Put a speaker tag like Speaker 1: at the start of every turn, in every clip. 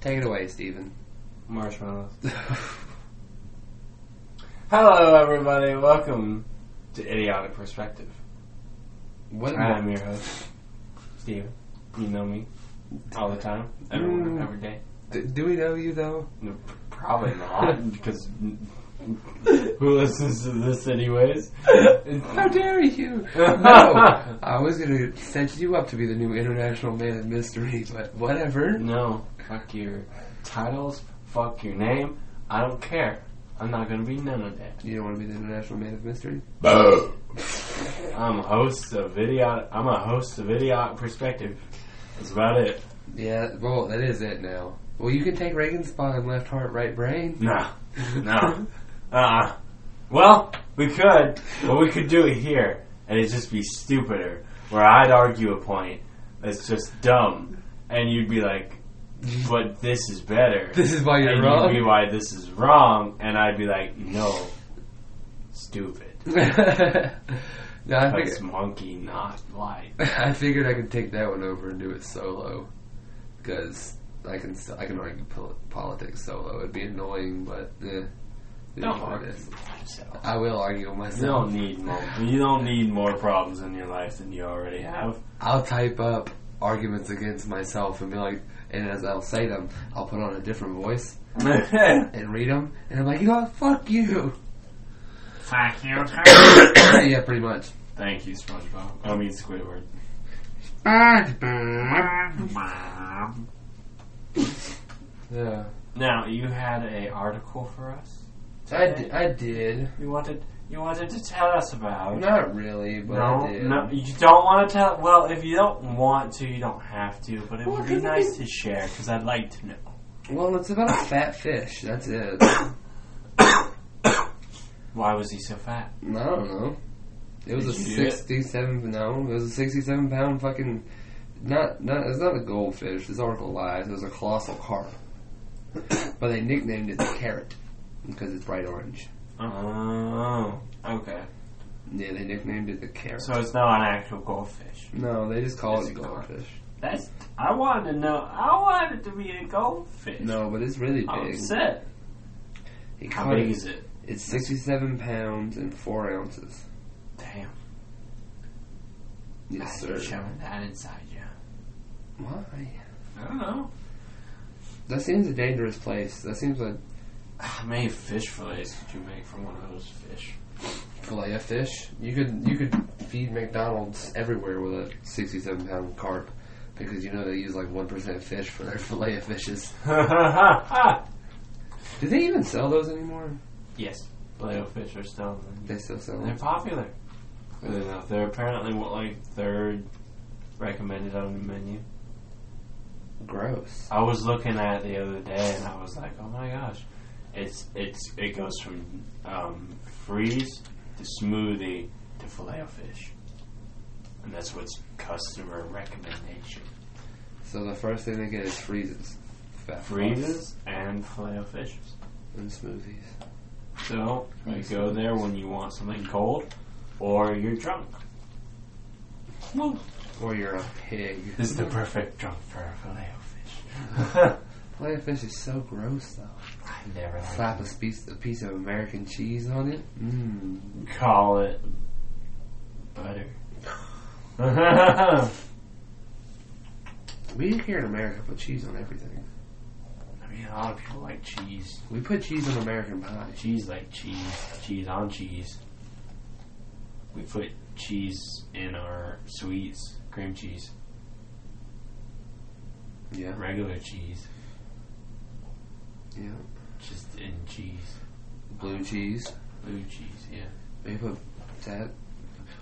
Speaker 1: Take it away, Stephen.
Speaker 2: Marshmallows. Hello, everybody. Welcome to Idiotic Perspective.
Speaker 1: What?
Speaker 2: I'm your host, Steve. You know me all the time, everyone, every day.
Speaker 1: D- do we know you though?
Speaker 2: No, probably not, because who listens to this, anyways?
Speaker 1: How dare you? No, I was gonna set you up to be the new international man of mystery, but whatever.
Speaker 2: no, fuck your titles, fuck your name. I don't care. I'm not gonna be none of that.
Speaker 1: You don't want to be the international man of mystery.
Speaker 2: I'm a host of idiotic. I'm a host of idiotic perspective. That's about it.
Speaker 1: Yeah, well, that is it now. Well, you can take Reagan's spot on left heart, right brain.
Speaker 2: Nah, nah. Uh, well, we could, but we could do it here, and it'd just be stupider. Where I'd argue a point that's just dumb, and you'd be like, "But this is better."
Speaker 1: This is why you're
Speaker 2: and
Speaker 1: wrong.
Speaker 2: you'd be why this is wrong, and I'd be like, "No, stupid.
Speaker 1: no, I think
Speaker 2: That's monkey, not light."
Speaker 1: I figured I could take that one over and do it solo because I can s- I can argue pol- politics solo. It'd be annoying, but eh, it
Speaker 2: Don't
Speaker 1: is what it
Speaker 2: argue
Speaker 1: is.
Speaker 2: with yourself.
Speaker 1: I will argue with
Speaker 2: You
Speaker 1: myself.
Speaker 2: don't need more. You don't need more problems in your life than you already have.
Speaker 1: I'll type up arguments against myself and be like, and as I'll say them, I'll put on a different voice and read them, and I'm like, you know, what? fuck you.
Speaker 2: Thank you.
Speaker 1: yeah, pretty much.
Speaker 2: Thank you, SpongeBob. I mean Squidward.
Speaker 1: Yeah,
Speaker 2: Now you had a article for us.
Speaker 1: I, d- I did.
Speaker 2: You wanted you wanted to tell us about.
Speaker 1: Not really, but
Speaker 2: No,
Speaker 1: I did.
Speaker 2: no, you don't want to tell. Well, if you don't want to, you don't have to. But it
Speaker 1: Well,
Speaker 2: would be
Speaker 1: can I-
Speaker 2: nice to share because I'd like to know.
Speaker 1: Well, it's about a fat fish. That's it.
Speaker 2: Why was he so fat?
Speaker 1: I don't know. It was
Speaker 2: Did
Speaker 1: a
Speaker 2: you do it?
Speaker 1: sixty-seven. No, it was a sixty-seven pound fucking. Not not. It's not a goldfish. This article lies. It was a colossal carp. but they nicknamed it the carrot because it's bright orange.
Speaker 2: Oh, okay.
Speaker 1: Yeah, they nicknamed it the carrot.
Speaker 2: So it's not an actual goldfish.
Speaker 1: no, they just call
Speaker 2: It's
Speaker 1: it
Speaker 2: a carp.
Speaker 1: goldfish.
Speaker 2: That's. I wanted to know. I wanted to be a goldfish.
Speaker 1: No, but it's really
Speaker 2: I'm
Speaker 1: big.
Speaker 2: upset.
Speaker 1: He
Speaker 2: Oh, How
Speaker 1: caught
Speaker 2: big
Speaker 1: it-
Speaker 2: is it?
Speaker 1: It's sixty-seven pounds and four ounces.
Speaker 2: Damn.
Speaker 1: Yes,
Speaker 2: You're
Speaker 1: sir.
Speaker 2: Showing that inside you.
Speaker 1: Why?
Speaker 2: I don't know.
Speaker 1: That seems a dangerous place. That seems like
Speaker 2: How many fish fillets did you make from one of those fish?
Speaker 1: fillet of fish. You could you could feed McDonald's everywhere with a sixty-seven pound carp because you know they use like one percent fish for their fillet of fishes. Do they even sell those anymore?
Speaker 2: yes, fillet fish are still.
Speaker 1: They still sell
Speaker 2: They're
Speaker 1: them.
Speaker 2: popular. Really enough, they're apparently what like third recommended on the menu.
Speaker 1: Gross.
Speaker 2: I was looking at it the other day and I was like, oh my gosh, it's it's it goes from um, freeze to smoothie to fillet fish, and that's what's customer recommendation.
Speaker 1: So the first thing they get is freezes, fat
Speaker 2: Freezes and fillet fish.
Speaker 1: fries and smoothies.
Speaker 2: So you go there when you want something cold, or you're drunk.
Speaker 1: Or you're a pig.
Speaker 2: This is the perfect drunk for a filet of fish.
Speaker 1: Fillet of fish is so gross though.
Speaker 2: I never liked
Speaker 1: Slap a piece a piece of American cheese on it. Mmm.
Speaker 2: it. Call it butter.
Speaker 1: We here in America put cheese on everything.
Speaker 2: I mean, a lot of people like cheese.
Speaker 1: We put cheese on American pie.
Speaker 2: Cheese like cheese. Cheese on cheese. We put cheese in our sweets, cream cheese,
Speaker 1: Yeah.
Speaker 2: regular cheese,
Speaker 1: Yeah.
Speaker 2: just in cheese,
Speaker 1: Blue cheese.
Speaker 2: blue cheese. Yeah.
Speaker 1: We put that.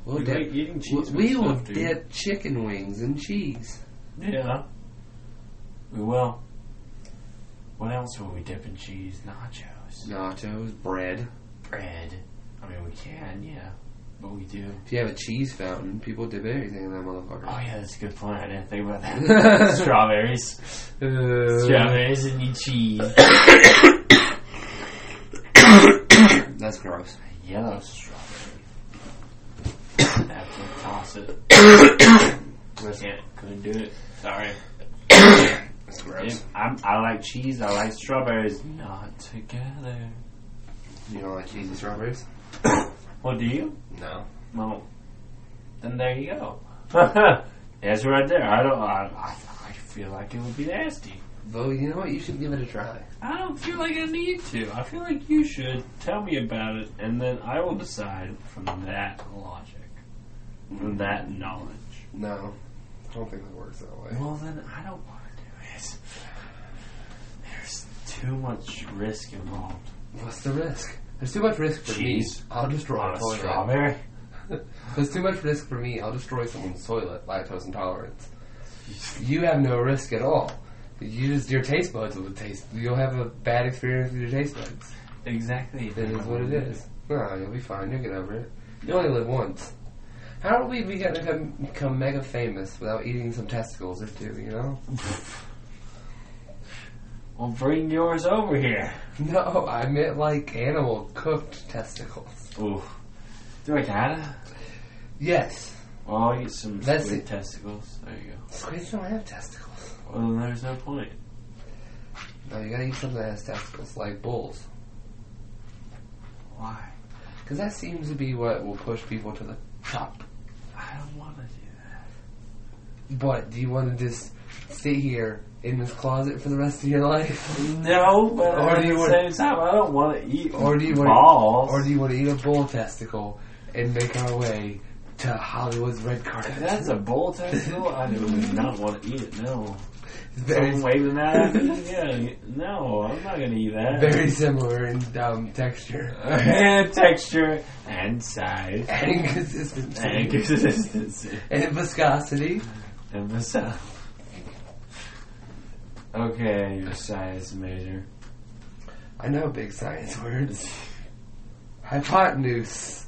Speaker 1: We'll
Speaker 2: We
Speaker 1: dip,
Speaker 2: like eating
Speaker 1: we-
Speaker 2: cheese with
Speaker 1: we will
Speaker 2: stuff, dude.
Speaker 1: dip chicken wings in cheese.
Speaker 2: Yeah. We will. What else will we dip in cheese? Nachos.
Speaker 1: Nachos, bread.
Speaker 2: Bread. I mean, we can, yeah. But we do.
Speaker 1: If you have a cheese fountain, people dip everything in that
Speaker 2: Oh,
Speaker 1: motherfucker.
Speaker 2: yeah, that's a good point. I didn't think about that. Strawberries. Uh, Strawberries and your cheese.
Speaker 1: That's gross.
Speaker 2: Yellow strawberry. have to toss it. Can't. Couldn't do it. Sorry.
Speaker 1: That's gross.
Speaker 2: I'm, I like cheese. I like strawberries. Not together.
Speaker 1: You don't like cheese and strawberries?
Speaker 2: Well, do you?
Speaker 1: No.
Speaker 2: Well, then there you go. That's right there. I don't. I, I, I feel like it would be nasty.
Speaker 1: Well, you know what? You should give it a try.
Speaker 2: I don't feel like I need to. I feel like you should tell me about it, and then I will decide from that logic, from that knowledge.
Speaker 1: No. I don't think that works that way.
Speaker 2: Well, then I don't want to do it. There's too much risk involved.
Speaker 1: What's the risk? There's too much risk for
Speaker 2: Cheese.
Speaker 1: me. I'll destroy
Speaker 2: On
Speaker 1: a
Speaker 2: a
Speaker 1: toilet.
Speaker 2: strawberry?
Speaker 1: There's too much risk for me. I'll destroy someone's toilet. Lactose intolerance. You have no risk at all. You just your taste buds will taste. You'll have a bad experience with your taste buds.
Speaker 2: Exactly.
Speaker 1: It is what it is. No, you'll be fine. You'll get over it. You only live once. How do we become, become, become mega famous without eating some testicles or two? You know?
Speaker 2: Well, bring yours over here.
Speaker 1: No, I meant like animal cooked testicles.
Speaker 2: Ooh. Do I gotta?
Speaker 1: Yes,
Speaker 2: Well, I'll eat some
Speaker 1: That's
Speaker 2: squid
Speaker 1: it.
Speaker 2: testicles. There you
Speaker 1: squids don't have testicles.
Speaker 2: go. Well, then there's no point.
Speaker 1: No, you gotta eat something that has testicles, like bulls.
Speaker 2: Why?
Speaker 1: Because that seems to be what will push people to the top.
Speaker 2: I don't want to do that.
Speaker 1: What, do you want to just sit here in this closet for the rest of your life?
Speaker 2: No, but
Speaker 1: Or
Speaker 2: at
Speaker 1: do you
Speaker 2: the
Speaker 1: want-
Speaker 2: same time, I don't want to eat
Speaker 1: Or do you want
Speaker 2: balls.
Speaker 1: Or do you want to eat a bull testicle and make our way to Hollywood's red carpet?
Speaker 2: If that's a bowl testicle, I do not want to eat it. No.
Speaker 1: very,
Speaker 2: Someone waving that at me? Yeah. No, I'm not gonna eat that.
Speaker 1: very similar in um, texture
Speaker 2: and texture and size
Speaker 1: and consistency
Speaker 2: and consistency.
Speaker 1: and viscosity.
Speaker 2: And besides. Okay, your science major.
Speaker 1: I know big science words. Hypotenuse.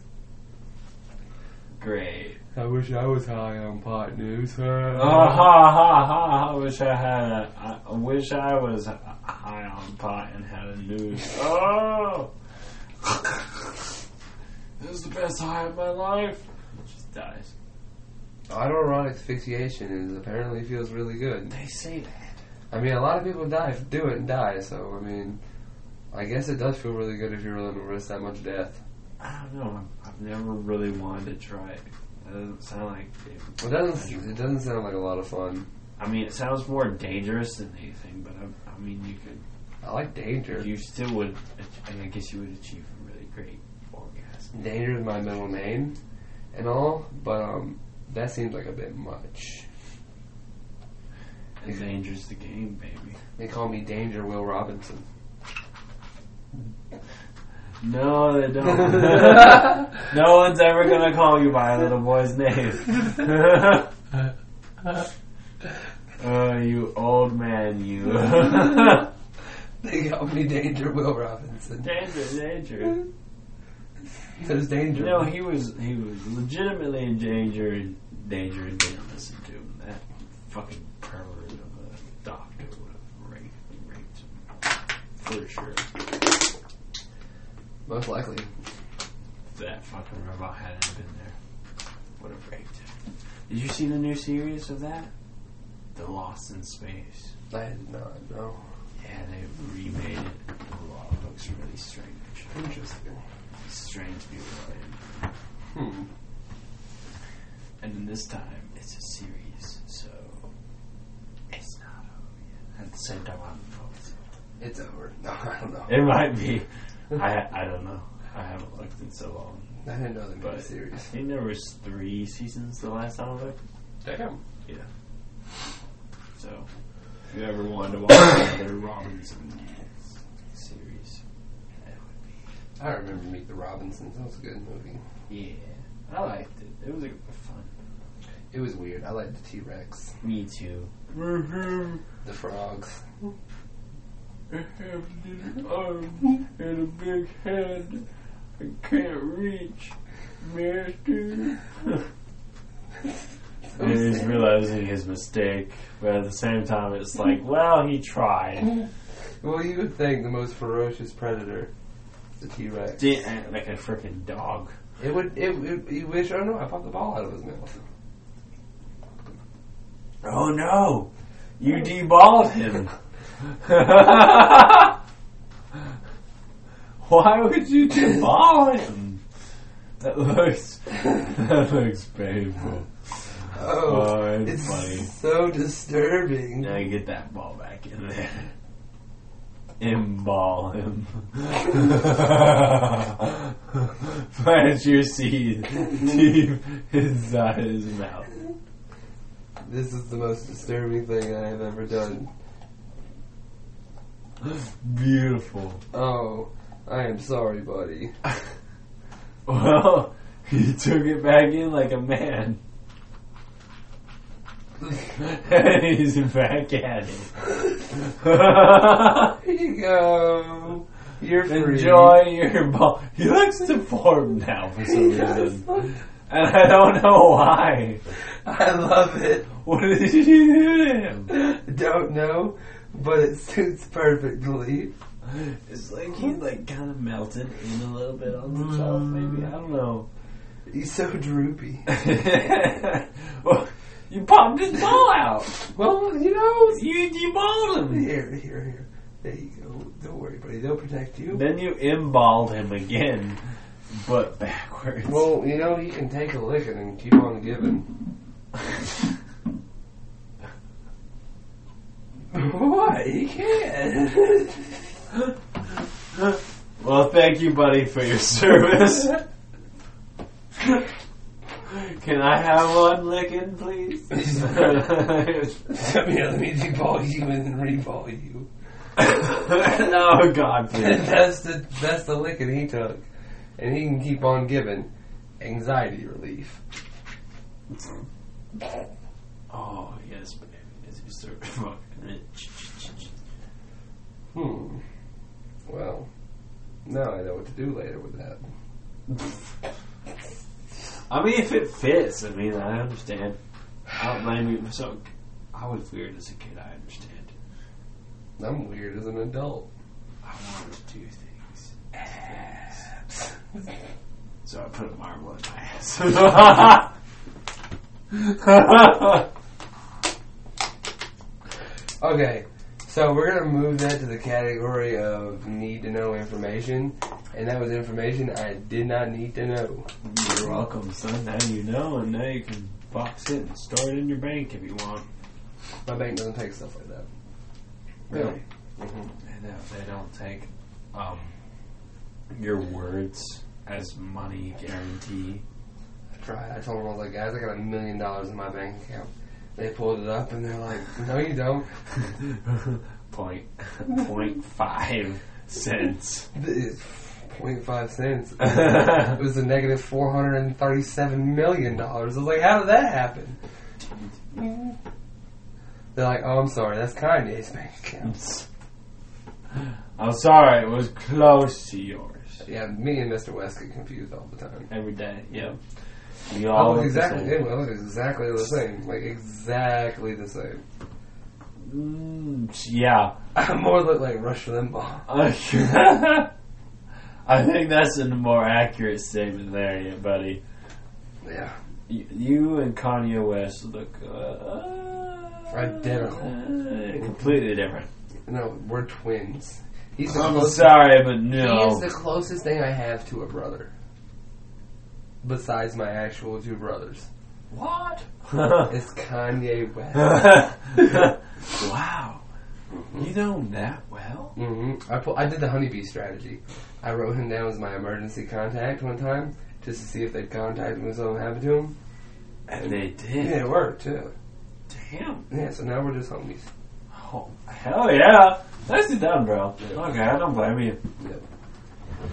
Speaker 2: Great.
Speaker 1: I wish I was high on pot news.
Speaker 2: Oh, ha ha ha! I wish I had a. I wish I was high on pot and had a noose. Oh, this is the best high of my life. Just dies.
Speaker 1: Autoerotic asphyxiation is apparently feels really good.
Speaker 2: They say that.
Speaker 1: I mean, a lot of people die, do it and die. So I mean, I guess it does feel really good if you're willing to risk that much death.
Speaker 2: I don't know. I've never really wanted to try it. That doesn't sound like. It.
Speaker 1: It doesn't. It doesn't sound like a lot of fun.
Speaker 2: I mean, it sounds more dangerous than anything. But I, I mean, you could.
Speaker 1: I like danger.
Speaker 2: You still would. I guess you would achieve a really great orgasm.
Speaker 1: Danger is my middle name, and all, but um, that seems like a bit much.
Speaker 2: It dangers the game, baby.
Speaker 1: They call me Danger Will Robinson.
Speaker 2: No, they don't. No one's ever gonna call you by a little boy's name. Oh, you old man, you.
Speaker 1: they call me Danger Will Robinson.
Speaker 2: danger, danger.
Speaker 1: There's danger.
Speaker 2: No, he was he was legitimately in danger, and danger, and didn't listen to him. That fucking pervert of a doctor would have raped, raped him for sure.
Speaker 1: Most likely.
Speaker 2: That fucking robot hadn't been there, would have raped him. Did you see the new series of that? The Lost in Space.
Speaker 1: I did not know.
Speaker 2: Yeah, they remade it. The law looks really strange.
Speaker 1: Interesting.
Speaker 2: Strange people are in.
Speaker 1: Hmm.
Speaker 2: And then this time, it's a series, so it's not over yet. At the same time, I'm focused.
Speaker 1: It's over. No, I don't know.
Speaker 2: It might be. I I don't know. I haven't looked in so long.
Speaker 1: I didn't know they made a
Speaker 2: But I
Speaker 1: series.
Speaker 2: think there was three seasons the last time I looked.
Speaker 1: Damn.
Speaker 2: So if you ever wanted to watch another Robinson series, that
Speaker 1: I remember Meet the Robinsons. That was a good movie.
Speaker 2: would be yeah. I liked it. It was a fun.
Speaker 1: It was weird. I liked the T Rex,
Speaker 2: Me too. Mm-hmm.
Speaker 1: the frogs.
Speaker 2: I have little arms and a big head. I can't reach, master. and he's realizing his mistake, but at the same time, it's like, well, he tried.
Speaker 1: Well, you would think the most ferocious predator, the T Rex.
Speaker 2: Didn't act like a freaking dog.
Speaker 1: It would. It, it, you wish. Oh no! I popped the ball out of his mouth.
Speaker 2: Oh no! You deballed him. Why would you deball him? That looks that looks painful.
Speaker 1: Oh,
Speaker 2: Oh, it's
Speaker 1: it's
Speaker 2: funny.
Speaker 1: so disturbing.
Speaker 2: Now get that ball back in there. Imball him. Plant your seed deep inside his mouth.
Speaker 1: This is the most disturbing thing I have ever done.
Speaker 2: Beautiful.
Speaker 1: Oh, I am sorry, buddy.
Speaker 2: Well, he took it back in like a man. and he's back at it.
Speaker 1: Here you go. You're free.
Speaker 2: Enjoy your ball. He looks deformed now for some
Speaker 1: He does
Speaker 2: reason.
Speaker 1: look-
Speaker 2: And I don't know why.
Speaker 1: I love it.
Speaker 2: What did you do to him?
Speaker 1: Don't know, but it suits perfectly.
Speaker 2: It's like he like kind of melted in a little bit on himself, maybe. I don't know.
Speaker 1: He's so droopy.
Speaker 2: well, you popped his ball out.
Speaker 1: Well, you know.
Speaker 2: You you balled him.
Speaker 1: Here, here, here. There you go. Don't worry, buddy. They'll protect you.
Speaker 2: Then you imballed him again, but backwards.
Speaker 1: Well, you know, he can take a licking and keep on giving. what? He can.
Speaker 2: Well, thank you, buddy, for your service. Can I have one licking, please?
Speaker 1: Somebody let me deball you and then reball you.
Speaker 2: oh God, please.
Speaker 1: that's the that's the licking he took, and he can keep on giving anxiety relief.
Speaker 2: Oh yes, baby, yes, you sir.
Speaker 1: Hmm. Well, now I know what to do later with that.
Speaker 2: I mean, if it fits, I mean, I understand. I don't blame you. So, I was weird as a kid. I understand.
Speaker 1: I'm weird as an adult.
Speaker 2: I wanted to do things. Things. So I put a marble in my ass.
Speaker 1: Okay, so we're gonna move that to the category of need to know information, and that was information I did not need to know.
Speaker 2: You're welcome, son. Now you know, and now you can box it and store it in your bank if you want.
Speaker 1: My bank doesn't take stuff like that.
Speaker 2: Really?
Speaker 1: Mhm.
Speaker 2: And if they don't take um, your words as money guarantee.
Speaker 1: I tried. I told them I was like, guys, I got a million dollars in my bank account. They pulled it up and they're like, no, you don't.
Speaker 2: point, point five cents.
Speaker 1: It's 0.5 cents. it was a negative four hundred and thirty-seven million dollars. I was like, how did that happen? They're like, oh, I'm sorry, that's Kanye's bank account.
Speaker 2: I'm sorry, it was close to yours.
Speaker 1: Yeah, me and Mr. West get confused all the time.
Speaker 2: Every day, yep. We
Speaker 1: I
Speaker 2: all
Speaker 1: look
Speaker 2: look the
Speaker 1: Oh, exactly,
Speaker 2: same.
Speaker 1: I look exactly the same. Like exactly the same.
Speaker 2: Mm, yeah.
Speaker 1: I more look like Rush Limbaugh.
Speaker 2: I think that's a more accurate statement there, yeah, buddy.
Speaker 1: Yeah,
Speaker 2: You, you and Kanye West look uh,
Speaker 1: Identical.
Speaker 2: uh, completely different.
Speaker 1: no, we're twins. He's the
Speaker 2: I'm
Speaker 1: closest.
Speaker 2: sorry, but
Speaker 1: He
Speaker 2: no.
Speaker 1: is the closest thing I have to a brother. Besides my actual two brothers,
Speaker 2: What?
Speaker 1: it's Kanye West.
Speaker 2: wow. You know him that well?
Speaker 1: hmm I pu- I did the honeybee strategy. I wrote him down as my emergency contact one time just to see if they'd contact him if something happened to him.
Speaker 2: And they
Speaker 1: Yeah,
Speaker 2: did.
Speaker 1: it worked too.
Speaker 2: Damn.
Speaker 1: Yeah, so now we're just homies.
Speaker 2: Oh, hell yeah. Nicely done, bro.
Speaker 1: Yeah.
Speaker 2: Okay, I don't blame you.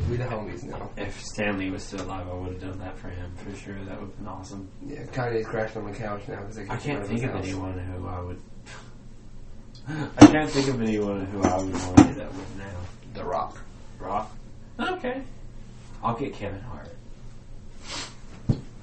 Speaker 1: We the homies now.
Speaker 2: If Stanley was still alive, I would have done that for him for sure. That would have been awesome.
Speaker 1: Yeah, Kanye's crashing on my couch now because I,
Speaker 2: I can't
Speaker 1: get
Speaker 2: think
Speaker 1: rid
Speaker 2: of
Speaker 1: his house.
Speaker 2: anyone who I would. I can't think of anyone who I would want to do that with now.
Speaker 1: The Rock.
Speaker 2: Rock. Okay. I'll get Kevin Hart.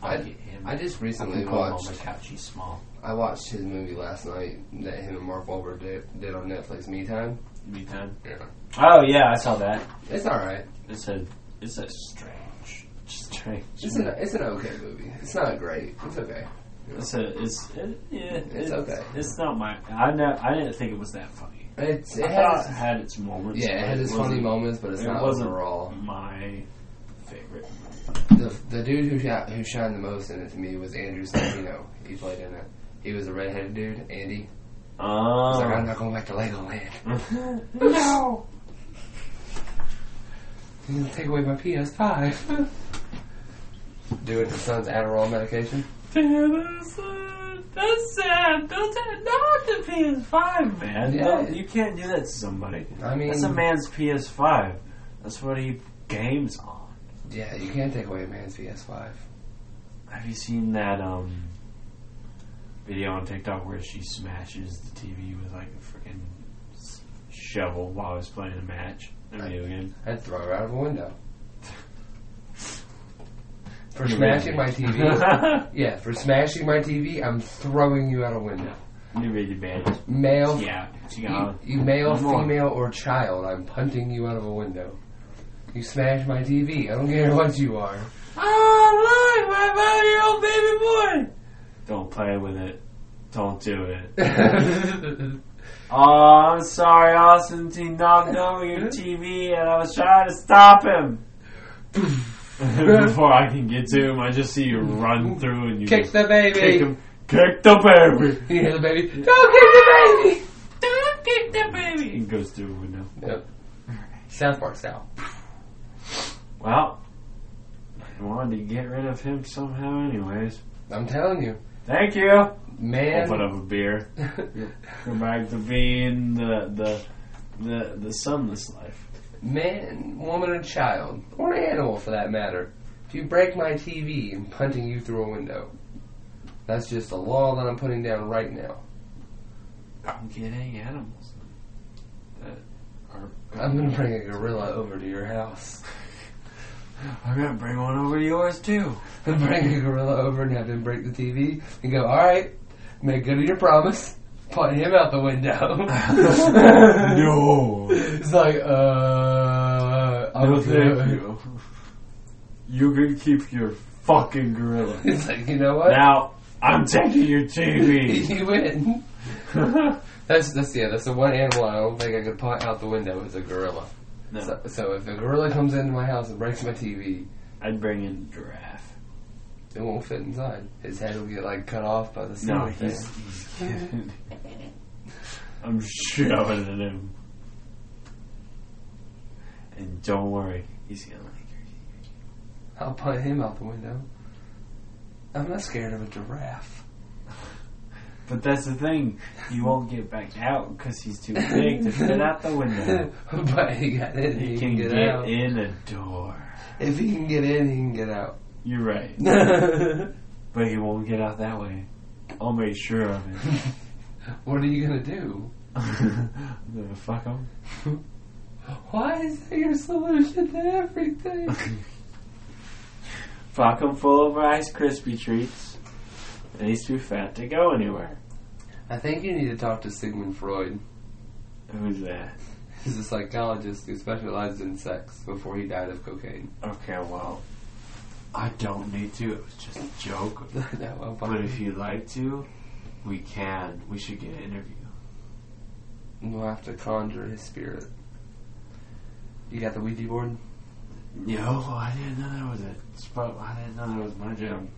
Speaker 2: I'll
Speaker 1: I-
Speaker 2: get him.
Speaker 1: I just
Speaker 2: I can
Speaker 1: recently
Speaker 2: put him
Speaker 1: watched.
Speaker 2: on my couch. He's small.
Speaker 1: I watched his movie last night that him and Mark Wahlberg did, did on Netflix. Me time.
Speaker 2: Me time.
Speaker 1: Yeah,
Speaker 2: Oh yeah, I saw that.
Speaker 1: it's all right.
Speaker 2: It's a it's a strange, strange.
Speaker 1: It's an it's an okay movie. It's not great. It's okay.
Speaker 2: It's a, it's, it, yeah, it's,
Speaker 1: okay.
Speaker 2: It's not my. I know. I didn't think it was that funny.
Speaker 1: It's,
Speaker 2: I
Speaker 1: it
Speaker 2: thought it
Speaker 1: has,
Speaker 2: had its moments.
Speaker 1: yeah, it
Speaker 2: but
Speaker 1: had its
Speaker 2: wasn't-
Speaker 1: funny moments, but it's
Speaker 2: it
Speaker 1: not
Speaker 2: wasn't
Speaker 1: overall.
Speaker 2: my favorite.
Speaker 1: The, the dude who shot, who shined the most in it to me was Andrew Santino. He played in it. He was a redheaded dude, Andy. He's like, I'm
Speaker 2: Oh
Speaker 1: not going back to Legoland.
Speaker 2: Um, no!
Speaker 1: He's gonna take away my PS5. Doing his son's Adderall medication.
Speaker 2: Damn, that's sad. That's sad. That's sad. Not the PS5, man. No,
Speaker 1: Yeah.
Speaker 2: you can't do that to somebody.
Speaker 1: I mean,
Speaker 2: That's a man's PS5. That's what he games on.
Speaker 1: yeah, you can't take away a man's PS5.
Speaker 2: Have you seen that um video on TikTok where she smashes the TV with like a freaking s- shovel while he's playing a match? A video game.
Speaker 1: I'd throw her out of a window. For
Speaker 2: You're
Speaker 1: smashing my
Speaker 2: really-
Speaker 1: TV. yeah, for smashing my TV, I'm throwing you out a window.
Speaker 2: you really bad.
Speaker 1: Male,
Speaker 2: Yeah, she
Speaker 1: Oh. you,
Speaker 2: got.
Speaker 1: you male,
Speaker 2: Come on.
Speaker 1: female, or child, I'm punting you out of a window. You smash my TV. I don't care what you are.
Speaker 2: Oh look, my five-year-old baby boy. Don't play with it. Don't do it. Oh, I'm sorry, Austin. He knocked over your TV, and I was trying to stop him. Before I can get to him, I just see you run through and you
Speaker 1: Kick
Speaker 2: just
Speaker 1: the baby.
Speaker 2: kick him. Kick the baby.
Speaker 1: You hear the baby? Don't kick the baby.
Speaker 2: Don't kick the baby. And goes through a window.
Speaker 1: Yep. South Park style.
Speaker 2: Well, I wanted to get rid of him somehow, anyways.
Speaker 1: I'm telling you,
Speaker 2: Thank you.
Speaker 1: man.
Speaker 2: Open up a beer. Go back to being the the the, the sunless life.
Speaker 1: man, woman, and child, or animal for that matter, if you break my TV, I'm punting you through a window. That's just a law that I'm putting down right now.
Speaker 2: I'm getting animals that are.
Speaker 1: I'm gonna bring a gorilla over to your house.
Speaker 2: I'm gonna bring one over to yours too.
Speaker 1: I'm gonna bring a gorilla over and have him break the TV and go, alright, make good on your promise, punt him out the window.
Speaker 2: no.
Speaker 1: It's like, uh, I'll do
Speaker 2: No, thank
Speaker 1: it.
Speaker 2: you. You can keep your fucking gorilla.
Speaker 1: It's like, you know what?
Speaker 2: Now, I'm taking your TV.
Speaker 1: you win. That's that's yeah. That's the one animal I don't think I could point out the window is a gorilla. So,
Speaker 2: no,
Speaker 1: so if a gorilla comes into my house and breaks my TV,
Speaker 2: I'd bring in a giraffe.
Speaker 1: it won't fit inside. His head will get like cut off by the
Speaker 2: No,
Speaker 1: ceiling fan.
Speaker 2: he's, he's kidding. I'm shoving it in him. And don't worry, he's gonna like your
Speaker 1: I'll punt him out the window. I'm not scared of a giraffe.
Speaker 2: But that's the thing, he won't get back out because he's too big to fit out the window.
Speaker 1: but he got in. He,
Speaker 2: He
Speaker 1: can, get, out.
Speaker 2: in a door.
Speaker 1: If he can get in, he can get out.
Speaker 2: You're right. But he won't get out that way. I'll make sure of it.
Speaker 1: what are you gonna do?
Speaker 2: I'm gonna fuck him.
Speaker 1: Why is that your solution to everything?
Speaker 2: Fuck him full of Rice Krispie treats. And he's too fat to go anywhere.
Speaker 1: I think you need to talk to Sigmund Freud.
Speaker 2: Who's that?
Speaker 1: He's a psychologist who specialized in sex before he died of cocaine.
Speaker 2: Okay, well, I don't need to. It was just a joke.
Speaker 1: That one
Speaker 2: But
Speaker 1: fucking-
Speaker 2: if you'd like to, we can. We should get an interview.
Speaker 1: We'll have to conjure his spirit. You got the Ouija board?
Speaker 2: No, I didn't know that was a spot. I didn't know that was my job.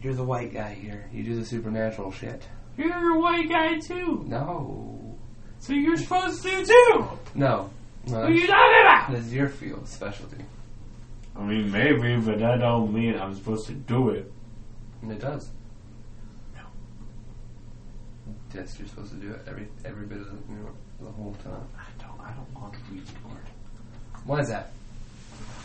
Speaker 1: You're the white guy here. You do the supernatural shit.
Speaker 2: You're a white guy too,
Speaker 1: No.
Speaker 2: so you're supposed to too.
Speaker 1: No. No,
Speaker 2: What are you talking about?
Speaker 1: That's your field specialty.
Speaker 2: I mean, maybe, but that don't mean I'm supposed to do it.
Speaker 1: And it does.
Speaker 2: No.
Speaker 1: Yes, you're supposed to do it every every bit of the, you know, the whole time.
Speaker 2: I don't. I don't want the Ouija board.
Speaker 1: Why is that?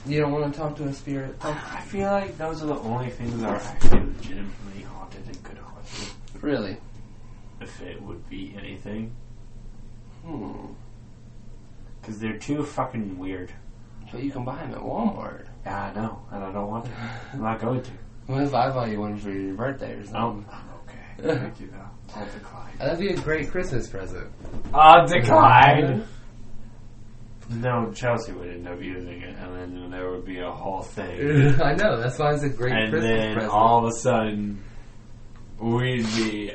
Speaker 1: You don't want to talk to a spirit? Oh,
Speaker 2: I feel like those are the only things that are actually legitimately haunted and could haunt you.
Speaker 1: really?
Speaker 2: If it would be anything,
Speaker 1: Hmm.
Speaker 2: because they're too fucking weird.
Speaker 1: But you can buy them at Walmart.
Speaker 2: Yeah, I know, and I don't want to. I'm not going to.
Speaker 1: What if I buy you one for your birthday or
Speaker 2: No,
Speaker 1: something?
Speaker 2: I'm okay. Thank you though.
Speaker 1: Oh.
Speaker 2: I'll decline.
Speaker 1: That'd be a great Christmas present.
Speaker 2: I'll
Speaker 1: decline.
Speaker 2: No, Chelsea would end up using it, and then there would be a whole thing.
Speaker 1: I know. That's why it's a great
Speaker 2: and
Speaker 1: Christmas
Speaker 2: then
Speaker 1: present.
Speaker 2: all of a sudden, we'd be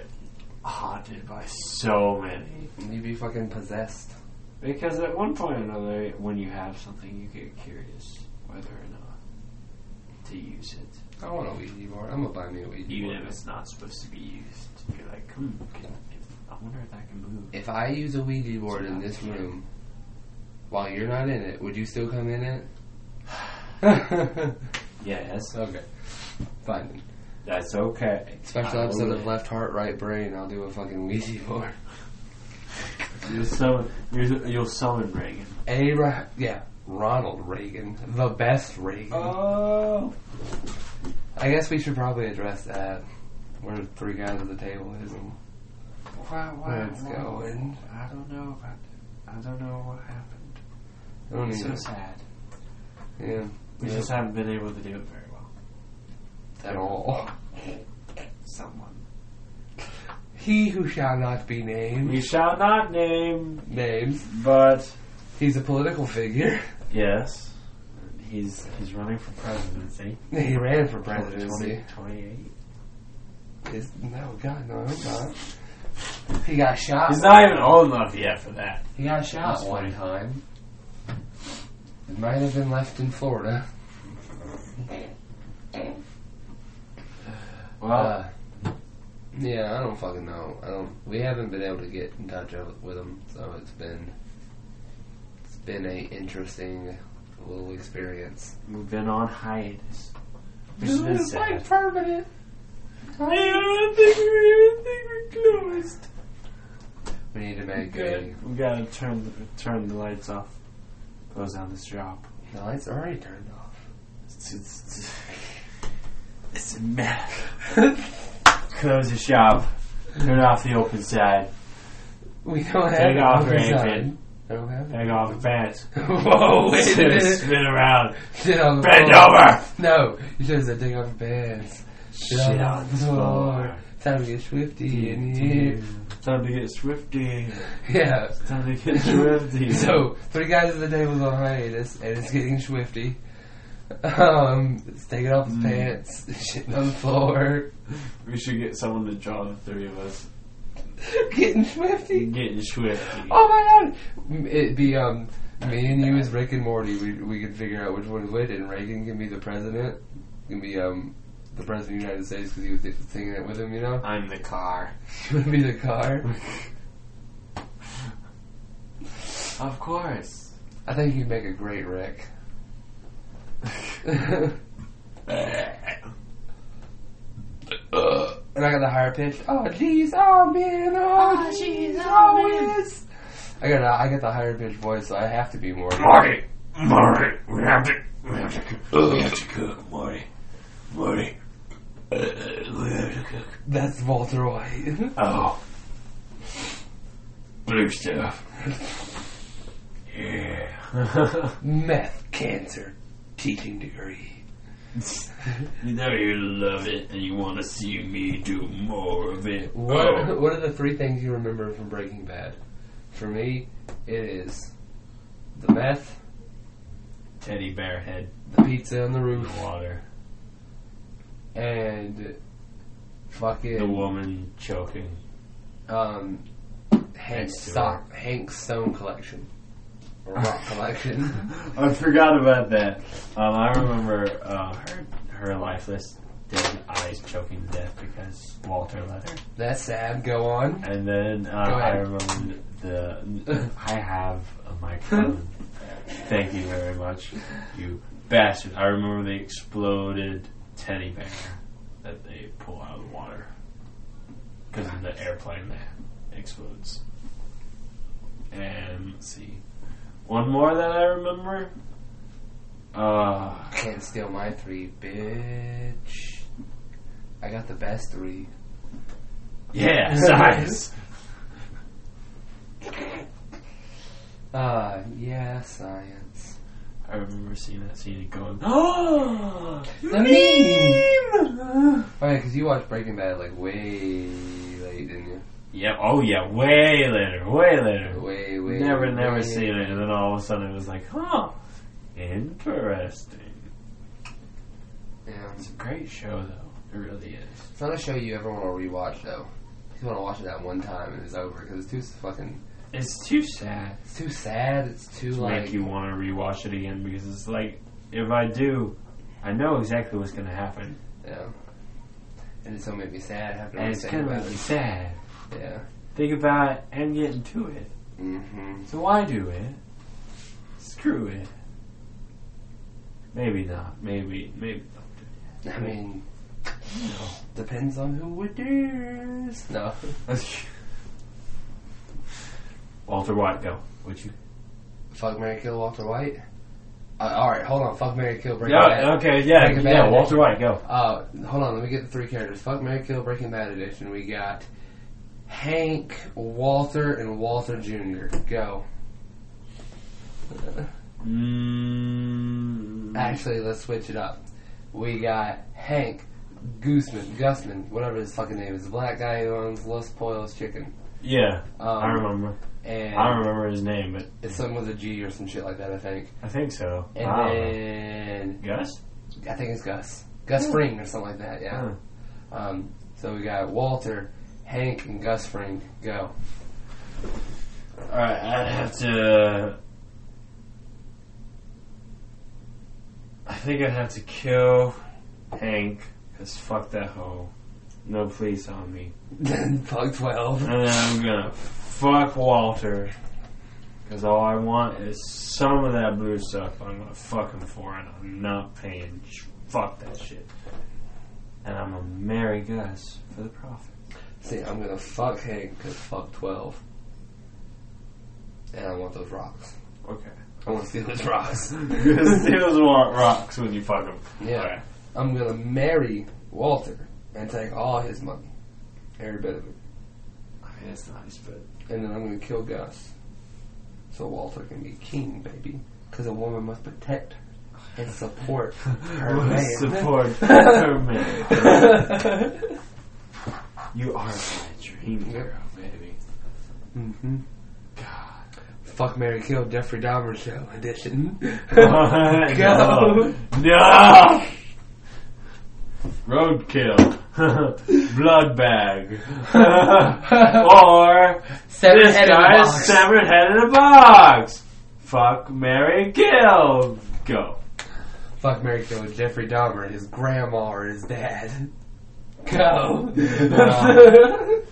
Speaker 2: haunted by so many.
Speaker 1: You'd be fucking possessed.
Speaker 2: Because at one point or another, when you have something, you get curious whether or not to use it,
Speaker 1: I want a Ouija board. I'm gonna buy me a Ouija
Speaker 2: even
Speaker 1: board.
Speaker 2: if it's not supposed to be used. You're like, hmm, can, if, I wonder if that can move.
Speaker 1: If I use a Ouija board in this room while you're not in it, would you still come in it?
Speaker 2: Yes,
Speaker 1: okay. Fine.
Speaker 2: that's okay.
Speaker 1: Special
Speaker 2: I
Speaker 1: episode
Speaker 2: will-
Speaker 1: of Left Heart, Right Brain. I'll do a fucking Ouija board.
Speaker 2: You'll summon, you'll, you'll summon Reagan.
Speaker 1: Abraham. Yeah. Ronald Reagan. The best Reagan.
Speaker 2: Oh.
Speaker 1: I guess we should probably address that. We're three guys at the table, isn't
Speaker 2: Why, why,
Speaker 1: Let's
Speaker 2: why-
Speaker 1: go in.
Speaker 2: I don't know about that. I don't know what happened.
Speaker 1: I don't
Speaker 2: It's so
Speaker 1: even,
Speaker 2: sad.
Speaker 1: yeah,
Speaker 2: We
Speaker 1: Yeah.
Speaker 2: just haven't been able to do it very well.
Speaker 1: at all.
Speaker 2: Someone.
Speaker 1: He who shall not be named.
Speaker 2: We shall not name,
Speaker 1: Names.
Speaker 2: but
Speaker 1: He's a political figure.
Speaker 2: yes, he's he's running for presidency.
Speaker 1: He ran for
Speaker 2: Twenty
Speaker 1: presidency.
Speaker 2: twenty eight.
Speaker 1: Is, no, God, no, I hope not. He got shot.
Speaker 2: He's not even old enough yet for that.
Speaker 1: he got shot
Speaker 2: That's
Speaker 1: one
Speaker 2: funny.
Speaker 1: time. It might have been left in Florida.
Speaker 2: Well,
Speaker 1: Uh, yeah, I don't fucking know. I don't. We haven't been able to get in touch of- with him, so it's been it's been a interesting little experience.
Speaker 2: we've been on hiatus. Which has been sad.
Speaker 1: permanent.
Speaker 2: I don't think we I think we're closed.
Speaker 1: We need to make a.
Speaker 2: Good. We gotta turn the, turn the lights off. Close down this job.
Speaker 1: The lights are already turned off.
Speaker 2: It's, it's, it's- it's a mess. Close the shop. Turn off the open side.
Speaker 1: We don't have
Speaker 2: Take
Speaker 1: it
Speaker 2: off
Speaker 1: on
Speaker 2: your
Speaker 1: the side.
Speaker 2: apron.
Speaker 1: I don't have it.
Speaker 2: Take off your pants.
Speaker 1: Whoa! Wait a minute.
Speaker 2: Spin around.
Speaker 1: Sit on the
Speaker 2: Bend
Speaker 1: floor.
Speaker 2: over.
Speaker 1: No, you should have said take off your pants. Sit
Speaker 2: Shit on the floor.
Speaker 1: Time to get swifty in here.
Speaker 2: Time to get swifty.
Speaker 1: Yeah.
Speaker 2: Time to get swifty.
Speaker 1: So, three guys at the table's on hiatus, and it's getting swifty. Um, it's taking off his
Speaker 2: Mm.
Speaker 1: pants, shitting on the floor,
Speaker 2: we should get someone to draw the three of us.
Speaker 1: getting swifty.
Speaker 2: Getting swifty.
Speaker 1: Oh my god! It'd be, um, me and you as Rick and Morty, we, we could figure out which one is which, and Reagan can be the president, can be, um, the president of the United States because he was singing it with him, you know?
Speaker 2: I'm the car.
Speaker 1: You want to be the car?
Speaker 2: Of course.
Speaker 1: I think you'd make a great Rick. and I got a higher pitch. Oh, jeez, oh man, oh
Speaker 2: Oh,
Speaker 1: jeez,
Speaker 2: jeez, oh, man.
Speaker 1: always. I got a, I got the higher pitch voice, so I have to be more.
Speaker 2: Marty, Marty, we have to, we have to, cook. Oh, we have to cook, Marty, Marty, uh, we have to cook.
Speaker 1: That's Walter White.
Speaker 2: Oh, blue stuff. Yeah,
Speaker 1: Meth cancer teaching degree.
Speaker 2: you know you love it, and you want to see me do more of it.
Speaker 1: What
Speaker 2: Oh,
Speaker 1: What are the three things you remember from Breaking Bad? For me, it is the meth,
Speaker 2: teddy bear head,
Speaker 1: the pizza on the
Speaker 2: the
Speaker 1: roof,
Speaker 2: water,
Speaker 1: and fucking
Speaker 2: the woman choking.
Speaker 1: um, Hank,
Speaker 2: Next to
Speaker 1: Sto- Hank Stone collection. Or rock collection.
Speaker 2: I forgot about that. Um, I remember uh, her her lifeless dead eyes choking to death because Walter let her.
Speaker 1: That's sad. Go on.
Speaker 2: And then uh,
Speaker 1: Go
Speaker 2: I
Speaker 1: ahead.
Speaker 2: remember the I have a microphone. Thank you very much, you bastard. I remember the exploded teddy bear that they pull out of the water because of the airplane that explodes. And let's see, one more that I remember. Uh,
Speaker 1: Can't steal my three, bitch. I got the best three.
Speaker 2: yeah, size.
Speaker 1: Uh, yeah, science.
Speaker 2: I remember seeing that scene and going, oh,
Speaker 1: The Oh, meme! Alright, because you watched Breaking Bad like way late, didn't you?
Speaker 2: Yeah. Oh yeah. Way later. Way later.
Speaker 1: Way, way.
Speaker 2: Never, never
Speaker 1: way-
Speaker 2: seen it. And then all of a sudden it was like, huh, interesting.
Speaker 1: Yeah.
Speaker 2: It's a great show though. It really is.
Speaker 1: It's not a show you ever want to rewatch though. You want to watch it that one time and it's over because it's too fucking.
Speaker 2: It's too sad
Speaker 1: It's too sad. It's too
Speaker 2: to
Speaker 1: like.
Speaker 2: make you want to rewatch it again because it's like, if I do, I know exactly what's gonna happen,
Speaker 1: Yeah. And it's gonna make me sad. Having
Speaker 2: and
Speaker 1: to
Speaker 2: it's
Speaker 1: think
Speaker 2: gonna
Speaker 1: about
Speaker 2: make me
Speaker 1: it.
Speaker 2: sad.
Speaker 1: Yeah.
Speaker 2: Think about it and get into it.
Speaker 1: Mm-hmm.
Speaker 2: So why do it? Screw it. Maybe not. Maybe maybe don't do
Speaker 1: I mean, depends on who it is. No.
Speaker 2: it. Walter White, go. Would you?
Speaker 1: Fuck Mary Kill Walter White. Uh, all right, hold on. Fuck Mary Kill Breaking Bad.
Speaker 2: Yeah. Okay. Yeah.
Speaker 1: Breaking
Speaker 2: Yeah.
Speaker 1: Bad.
Speaker 2: Walter White, go.
Speaker 1: Uh, hold on, let me get the three characters. Fuck Mary Kill Breaking Bad edition. We got Hank, Walter, and Walter Jr. Go.
Speaker 2: Mm.
Speaker 1: Actually, let's switch it up. We got Hank, Gooseman, Gusman, whatever his fucking name is, the black guy who owns Los Pollos Chicken.
Speaker 2: Yeah.
Speaker 1: Um,
Speaker 2: I remember.
Speaker 1: And
Speaker 2: I don't remember his name, but
Speaker 1: it's something with a G or some shit like that, I think.
Speaker 2: I think so.
Speaker 1: And
Speaker 2: I don't know.
Speaker 1: then
Speaker 2: Gus.
Speaker 1: I think it's Gus, Gus Fring or something like that. Yeah.
Speaker 2: Huh.
Speaker 1: Um, so we got Walter, Hank, and Gus Fring. Go.
Speaker 2: Alright, I'd have to. I think I'd have to kill Hank, because fuck that hoe. No police on me.
Speaker 1: Then Pug 12.
Speaker 2: And then I'm gonna fuck Walter, because all I want is some of that blue stuff I'm gonna fuck him for, and I'm not paying. Sh- Fuck that shit. And I'm gonna marry Gus for the profit.
Speaker 1: See, I'm gonna fuck Hank because fuck 12. And I want those rocks.
Speaker 2: Okay.
Speaker 1: I want to steal those rocks.
Speaker 2: Steals want rocks when you fuck him.
Speaker 1: Yeah.
Speaker 2: Okay.
Speaker 1: I'm gonna marry Walter and take all his money. Every bit of it.
Speaker 2: I mean, it's nice, but.
Speaker 1: And then I'm gonna kill Gus. So Walter can be king, baby. Because a woman must protect and support her man.
Speaker 2: Support her man. You are my dream girl, baby.
Speaker 1: hmm
Speaker 2: God.
Speaker 1: Fuck Mary Kill Jeffrey Dahmer show edition.
Speaker 2: no. No. Roadkill. Blood bag. or
Speaker 1: Seven
Speaker 2: this
Speaker 1: head in a
Speaker 2: guy's
Speaker 1: box.
Speaker 2: severed head in a box. Fuck Mary Gill. Go.
Speaker 1: Fuck Mary Kill Jeffrey Dahmer, his grandma or his dad. Go.
Speaker 2: No.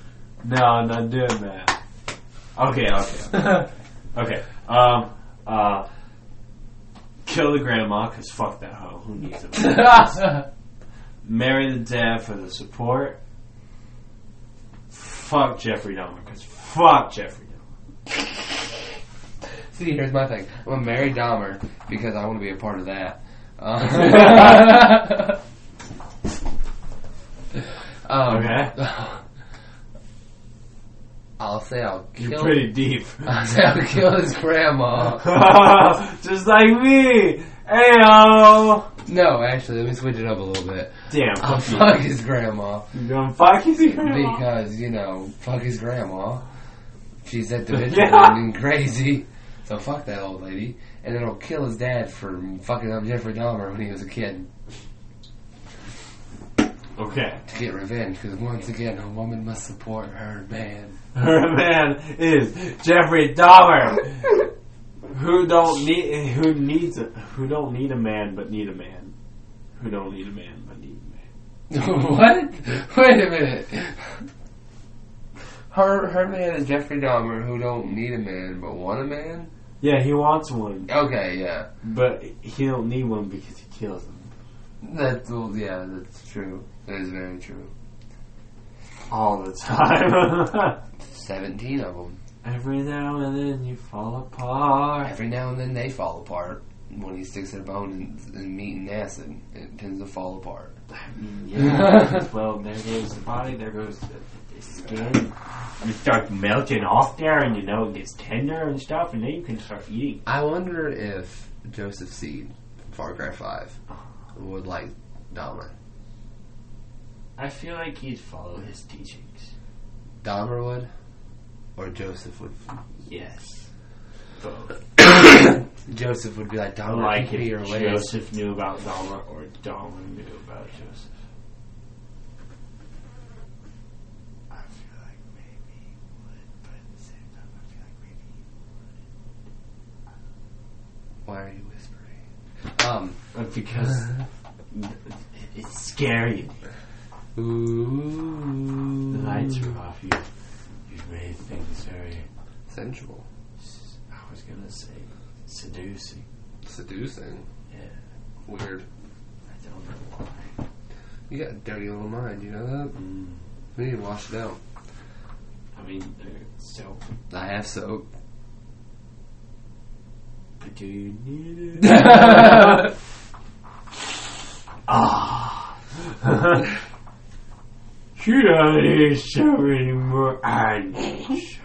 Speaker 2: No, I'm not doing that. Okay, okay. Okay. Um. Uh. Kill the grandma, cause fuck that hoe. Who needs it? Marry the dad for the support. Fuck Jeffrey Dahmer, cause fuck Jeffrey Dahmer.
Speaker 1: See, here's my thing. I'm gonna marry Dahmer because I want to be a part of that. Uh, um,
Speaker 2: Okay.
Speaker 1: I'll say I'll
Speaker 2: You're
Speaker 1: kill.
Speaker 2: pretty deep.
Speaker 1: I'll say I'll kill his grandma.
Speaker 2: Just like me. Ayo.
Speaker 1: No, actually, let me switch it up a little bit.
Speaker 2: Damn.
Speaker 1: I'll
Speaker 2: Fuck
Speaker 1: fuck his grandma
Speaker 2: you. You gonna fuck his grandma?
Speaker 1: because you know, fuck his grandma. She's at the bitch
Speaker 2: Yeah.
Speaker 1: and crazy. So fuck that old lady, and then I'll kill his dad for fucking up Jeffrey Dahmer when he was a kid.
Speaker 2: Okay.
Speaker 1: to get revenge because once again a woman must support her man.
Speaker 2: Her man is Jeffrey Dahmer. who don't need who needs a, who don't need a man but need a man who don't need a man but need a man
Speaker 1: what? Wait a minute. Her her man is Jeffrey Dahmer, who don't need a man but want a man.
Speaker 2: yeah he wants one
Speaker 1: Okay, yeah,
Speaker 2: but he don't need one because he kills them
Speaker 1: that's well, yeah, that's true. That is very true.
Speaker 2: all the time
Speaker 1: Seventeen of them.
Speaker 2: every now and then you fall apart
Speaker 1: Every now and then they fall apart. When he sticks a bone in, in meat and acid, it tends to fall apart.
Speaker 2: I mean, yeah well there goes the body there goes the, the skin you start melting off there and you know it gets tender and stuff and then you can start eating
Speaker 1: I wonder if Joseph Seed, Far Cry Five, would like Dahmer.
Speaker 2: I feel like he'd follow his teachings
Speaker 1: Dahmer would or Joseph would.
Speaker 2: Yes.
Speaker 1: Joseph would be like Dahmer
Speaker 2: Like
Speaker 1: beat me or
Speaker 2: if
Speaker 1: whatever.
Speaker 2: Joseph knew about Dahmer or Dahmer knew about Joseph. I feel like maybe he would, but at the same time, I feel like maybe he
Speaker 1: Why are you whispering? Um.
Speaker 2: wouldn't. Because it's scary.
Speaker 1: Ooh.
Speaker 2: The lights are off. You, you've made things very.
Speaker 1: Sensual.
Speaker 2: I was gonna say seducing.
Speaker 1: Seducing.
Speaker 2: Yeah,
Speaker 1: Weird.
Speaker 2: I don't know why.
Speaker 1: You got a dirty little mind, you know that?
Speaker 2: Mm.
Speaker 1: We need to wash it out.
Speaker 2: I mean, they're so.
Speaker 1: I have soap.
Speaker 2: But do you need it?
Speaker 1: That's
Speaker 2: you don't need soap anymore. I need soap.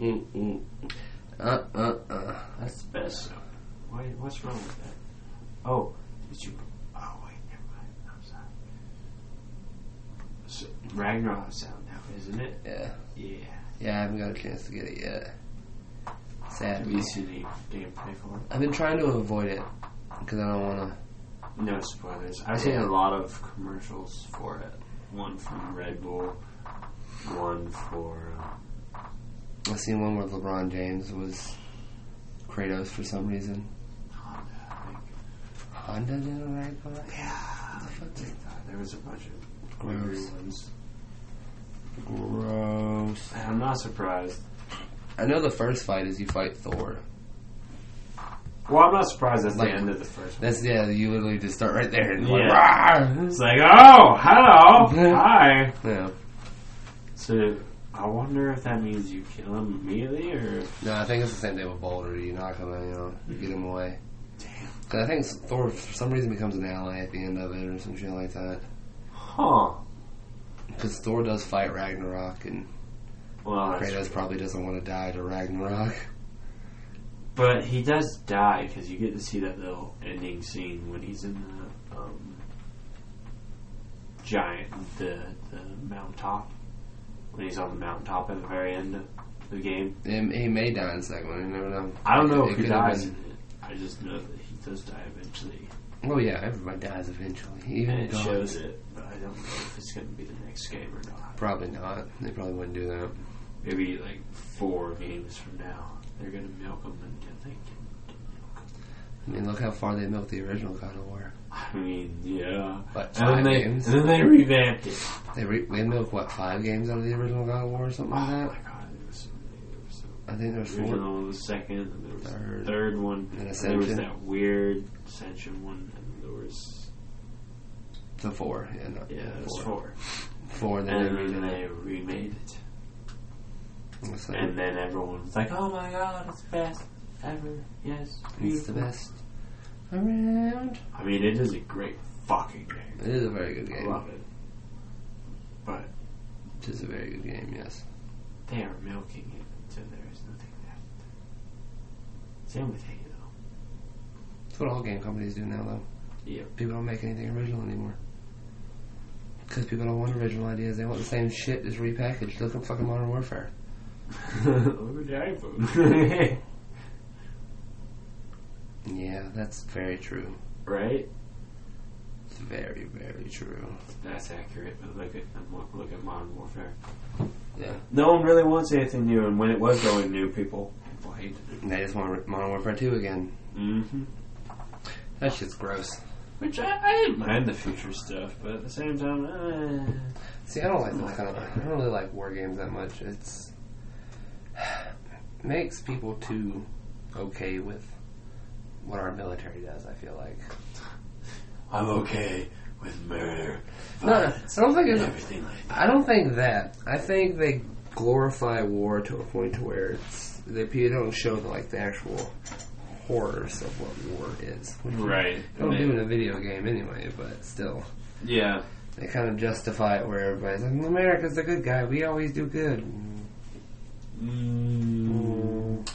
Speaker 1: Mm-mm. Mm, Uh, uh, uh.
Speaker 2: That's the best soap. Why, what's wrong with that? Oh, did you. Oh, wait, never mind. I'm sorry. So, Ragnarok's out now, isn't it?
Speaker 1: Yeah.
Speaker 2: Yeah.
Speaker 1: Yeah, I haven't got a chance to get it yet.
Speaker 2: At
Speaker 1: Sadly.
Speaker 2: least you need gameplay for it.
Speaker 1: I've been trying to avoid it because I don't want
Speaker 2: No spoilers. I've seen a lot of commercials for it. One from Red Bull, one for. uh,
Speaker 1: to. I've seen one where LeBron James was Kratos for some reason.
Speaker 2: Honda, I think.
Speaker 1: Honda Little Red Boy?
Speaker 2: Yeah. There was a bunch of
Speaker 1: Gross.
Speaker 2: weird ones.
Speaker 1: Gross.
Speaker 2: And I'm not surprised.
Speaker 1: I know the first fight is you fight Thor.
Speaker 2: Well, I'm not surprised that's
Speaker 1: Like-
Speaker 2: the end of the first one.
Speaker 1: That's, yeah, you literally just start right there and like,
Speaker 2: Yeah.
Speaker 1: "Rawr!"
Speaker 2: It's like, oh, hello,
Speaker 1: Yeah.
Speaker 2: hi.
Speaker 1: Yeah.
Speaker 2: So, I wonder if that means you kill him immediately or.
Speaker 1: No, I think it's the same thing with Boulder. You knock him out, you know, you get him away. Because I think Thor, for some reason, becomes an ally at the end of it or some shit like that.
Speaker 2: Huh.
Speaker 1: Because Thor does fight Ragnarok, and
Speaker 2: Well, that's-
Speaker 1: Kratos probably doesn't want to die to Ragnarok.
Speaker 2: but he does die because you get to see that little ending scene when he's in the um, giant, the the mountaintop. When he's on the mountaintop at the very end of the game,
Speaker 1: And he may die in the second one, you never know.
Speaker 2: I don't know
Speaker 1: It
Speaker 2: if he
Speaker 1: could have
Speaker 2: dies.
Speaker 1: been-
Speaker 2: in it. I just know that he does die eventually,
Speaker 1: Well, Oh, yeah, everybody dies eventually.
Speaker 2: and
Speaker 1: Even
Speaker 2: it
Speaker 1: God.
Speaker 2: shows it. But I don't know if it's going to be the next game or not.
Speaker 1: Probably not. They probably wouldn't do that.
Speaker 2: Maybe like four games from now, they're going to milk him until they can. milk him.
Speaker 1: I mean, look how far they milked the original God of War.
Speaker 2: I mean, yeah.
Speaker 1: But
Speaker 2: And then
Speaker 1: five
Speaker 2: they and
Speaker 1: games.
Speaker 2: then they revamped it.
Speaker 1: They, re- they milked, what, five games out of the original God of War or something
Speaker 2: Oh
Speaker 1: like
Speaker 2: my
Speaker 1: that?
Speaker 2: god, there was so many. There was so
Speaker 1: I think there's
Speaker 2: the
Speaker 1: four.
Speaker 2: original was the second, and there was
Speaker 1: Third.
Speaker 2: the third one,
Speaker 1: And
Speaker 2: and there was
Speaker 1: Ascension.
Speaker 2: that weird Ascension one, and there was
Speaker 1: The four, yeah. No,
Speaker 2: yeah, there was four,
Speaker 1: Four, then
Speaker 2: and
Speaker 1: they
Speaker 2: then
Speaker 1: redid it.
Speaker 2: they remade it,
Speaker 1: So,
Speaker 2: and then everyone was like, "Oh my god, it's the best ever! Yes,
Speaker 1: it's the
Speaker 2: beautiful."
Speaker 1: best around.
Speaker 2: I mean, it is a great fucking game.
Speaker 1: It is a very good
Speaker 2: I
Speaker 1: game.
Speaker 2: love it, but
Speaker 1: It is a very good game, yes.
Speaker 2: they are milking it until there is nothing left. Same with Halo.
Speaker 1: That's what all game companies do now, though.
Speaker 2: Yep.
Speaker 1: People don't make anything original anymore. Because people don't want original ideas. They want the same shit just repackaged. Look at fucking Modern Warfare.
Speaker 2: Look at the iPhone.
Speaker 1: Yeah, that's very true.
Speaker 2: right?
Speaker 1: It's very, very true.
Speaker 2: That's accurate. But look at um, look- look at Modern Warfare.
Speaker 1: Yeah.
Speaker 2: No one really wants anything new, and when it was going new, people complained.
Speaker 1: And they just want re- Modern Warfare 2 again.
Speaker 2: Mm-hmm.
Speaker 1: That shit's gross.
Speaker 2: Which I, I didn't mind the future stuff, but at the same time, eh.
Speaker 1: See, I don't like those kind of. I don't really like war games that much. It's makes people too okay with what our military does. I feel like.
Speaker 2: I'm okay with murder,
Speaker 1: No, I don't think
Speaker 2: and
Speaker 1: it's.
Speaker 2: everything like that.
Speaker 1: I don't think that. I think they glorify war to a point to where it's they people don't show the, like the actual horrors of what war is. Which you
Speaker 2: Right.
Speaker 1: Don't do in a video game anyway, but still.
Speaker 2: Yeah.
Speaker 1: They kind of justify it where everybody's like, America's the good guy. We always do good.
Speaker 2: Mm.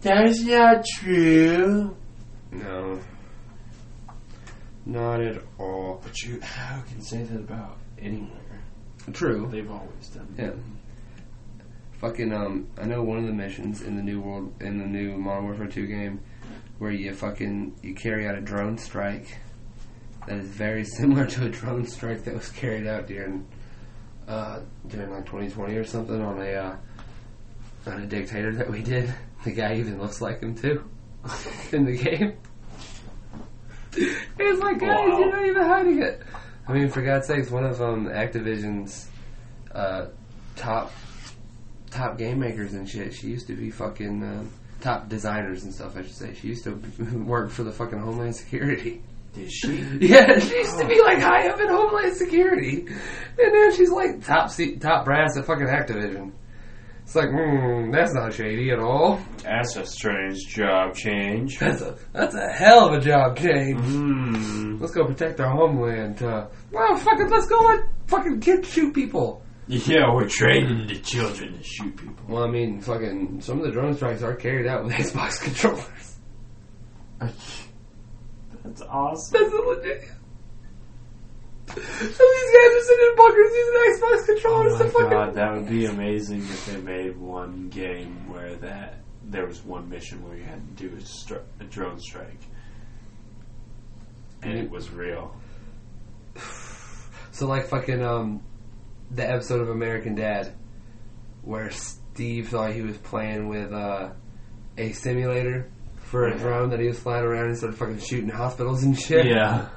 Speaker 2: That's not true.
Speaker 1: No. Not at all.
Speaker 2: But you, how can say that about anywhere?
Speaker 1: True.
Speaker 3: They've always done.
Speaker 1: Yeah. Fucking um, I know one of the missions in the new world in the new Modern Warfare Two game, where you fucking you carry out a drone strike, that is very similar to a drone strike that was carried out during, uh, during like 2020 or something on a, uh, on a dictator that we did. The guy even looks like him too, in the game. It's like guys,
Speaker 2: Wow.
Speaker 1: you're not even hiding it. I mean, for God's sakes, one of um Activision's uh, top top game makers and shit. She used to be fucking um top designers and stuff. I should say she used to work for the fucking Homeland Security.
Speaker 3: Did she?
Speaker 1: Yeah, she used to be like high up in Homeland Security, and now she's like top se- top brass at fucking Activision. It's like, mm, that's not shady at all.
Speaker 2: That's a strange job change.
Speaker 1: That's a that's a hell of a job, James.
Speaker 2: Hmm.
Speaker 1: Let's go protect our homeland. Uh, well, fucking, let's go let fucking kids shoot people.
Speaker 2: Yeah, we're training the children to shoot people.
Speaker 1: Well, I mean, fucking, some of the drone strikes are carried out with Xbox controllers.
Speaker 2: That's awesome.
Speaker 1: That's a legit. Some of these guys are sitting in bunkers using Xbox controllers
Speaker 2: Oh
Speaker 1: to
Speaker 2: my
Speaker 1: fucking.
Speaker 2: god, that would be amazing if they made one game where that there was one mission where you had to do a, stri- a drone strike, and it was real.
Speaker 1: So like fucking um, the episode of American Dad, where Steve thought he was playing with uh, a simulator for a
Speaker 2: Yeah.
Speaker 1: drone that he was flying around and started fucking shooting hospitals and shit.
Speaker 2: Yeah,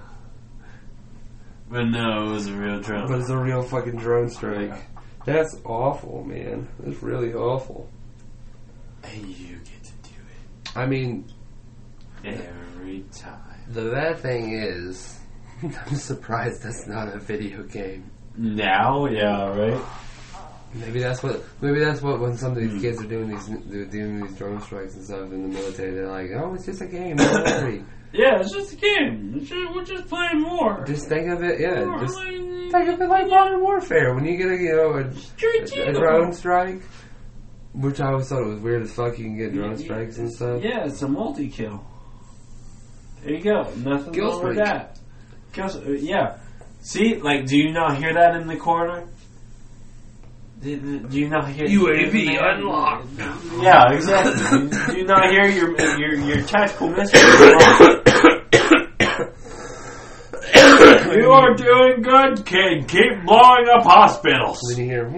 Speaker 2: but no, it was a real drone.
Speaker 1: But it's a real fucking drone strike. That's awful, man. That's really awful.
Speaker 2: and you get to do
Speaker 1: I mean,
Speaker 2: it every time.
Speaker 1: the bad thing is, I'm surprised that's not a video game.
Speaker 2: Now, yeah, right.
Speaker 1: Maybe that's what. Maybe that's what when some of these kids are doing these they're doing these drone strikes and stuff in the military, they're like, "Oh, it's just a game. Don't worry."
Speaker 2: Yeah, it's just a game. It's just- we're just playing war.
Speaker 1: Just think of it, yeah.
Speaker 2: War,
Speaker 1: Just
Speaker 2: like,
Speaker 1: think of it like modern warfare. When you get a you know a,
Speaker 2: Straight
Speaker 1: a
Speaker 2: to the
Speaker 1: drone strike, which I always thought it was weird as fuck. You can get drone strikes and stuff.
Speaker 2: Yeah, it's a multi kill. There you go. Nothing
Speaker 1: Kill
Speaker 2: wrong with
Speaker 1: streak.
Speaker 2: that. Kill, s- uh, yeah. See, like, do you not hear that in the corner? Do- Do do you not hear
Speaker 1: UAV unlocked.
Speaker 2: Yeah, exactly. Do- Do you not hear your your your tactical missile? unlocked? you are doing good, kid. Keep blowing up hospitals.
Speaker 1: Then you hear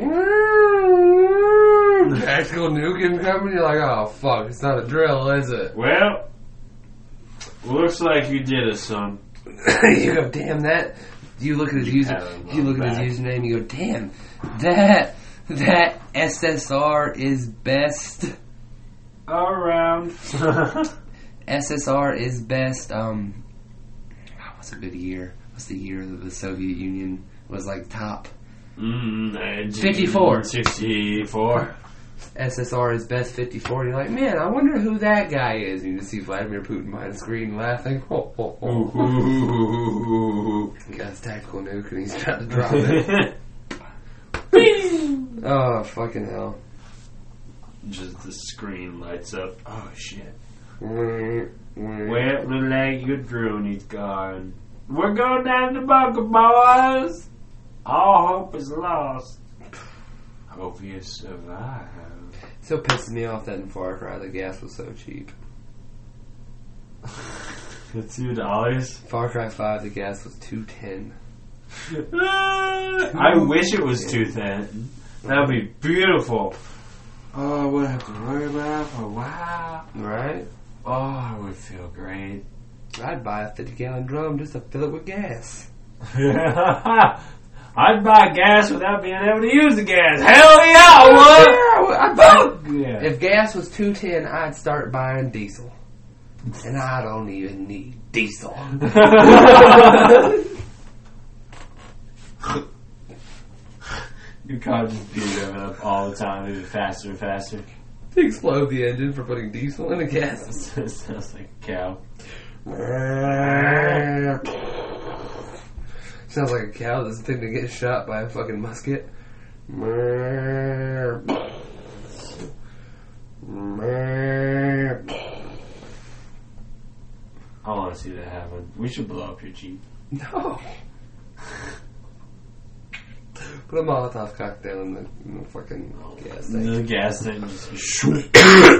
Speaker 1: tactical nuke coming. You're like, oh fuck, it's not a drill, is it?
Speaker 2: Well, looks like you did it, son.
Speaker 1: you go, damn that. You look at his user.
Speaker 2: pat him on
Speaker 1: You
Speaker 2: the
Speaker 1: look at
Speaker 2: back.
Speaker 1: his username. You go, damn that. That SSR is best.
Speaker 2: Around.
Speaker 1: SSR is best. Um, God, what's a good year? What's the year that the Soviet Union was like top?
Speaker 2: Mm,
Speaker 1: 54.
Speaker 2: 64.
Speaker 1: SSR is best 54. And you're like, man, I wonder who that guy is. And you just see Vladimir Putin behind the screen laughing. Ho, ho, ho.
Speaker 2: Mm-hmm.
Speaker 1: He got his tactical nuke and he's about to drop it. oh, fucking hell.
Speaker 2: Just the screen lights up. Oh shit.
Speaker 1: Where?
Speaker 2: Well, look like your drone is gone. We're going down to bunker, boys. All hope is lost. Hope you survive.
Speaker 1: Still pisses me off that in Far Cry the gas was so cheap.
Speaker 2: The two dollars.
Speaker 1: Far Cry 5 the gas was 210.
Speaker 2: I wish it was two ten. That'd be beautiful. Oh, I wouldn't have to worry about it for a while.
Speaker 1: Right?
Speaker 2: Oh, I would feel great.
Speaker 1: I'd buy a 50 gallon drum just to fill it with gas.
Speaker 2: I'd buy gas without being able to use the gas. Hell yeah, I
Speaker 1: I bought.
Speaker 2: would. Yeah.
Speaker 1: If gas was two ten, I'd start buying diesel, and I don't even need diesel.
Speaker 2: Your car just be revving up all the time, even faster and faster.
Speaker 1: Explode the engine for putting diesel in a gas.
Speaker 2: Sounds like a cow.
Speaker 1: Sounds like a cow that's thing to get shot by a fucking musket.
Speaker 2: I want to see that happen. We should blow up your Jeep.
Speaker 1: No. Put a Molotov cocktail in the, in the fucking gas tank.
Speaker 2: The gas station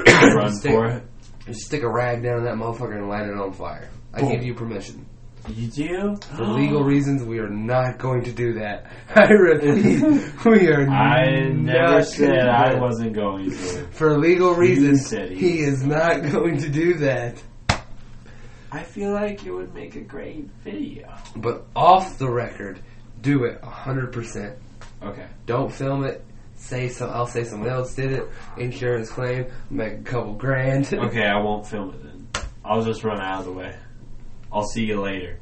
Speaker 2: just run
Speaker 1: Stick.
Speaker 2: for it.
Speaker 1: You stick a rag down that motherfucker and light it on fire. I
Speaker 2: Boom.
Speaker 1: give you permission.
Speaker 2: You do?
Speaker 1: For legal reasons, we are not going to do that. I repeat, we are
Speaker 2: Mm, I
Speaker 1: not
Speaker 2: never said
Speaker 1: gonna do
Speaker 2: I
Speaker 1: that.
Speaker 2: wasn't going to.
Speaker 1: For legal reasons,
Speaker 2: said he
Speaker 1: he is not going to do that.
Speaker 2: I feel like it would make a great video.
Speaker 1: But off the record, do it 100%.
Speaker 2: Okay.
Speaker 1: Don't film it. Say so. I'll say someone else did it. Insurance claim. Make a couple grand.
Speaker 2: Okay, I won't film it then. I'll just run out of the way. I'll see you later.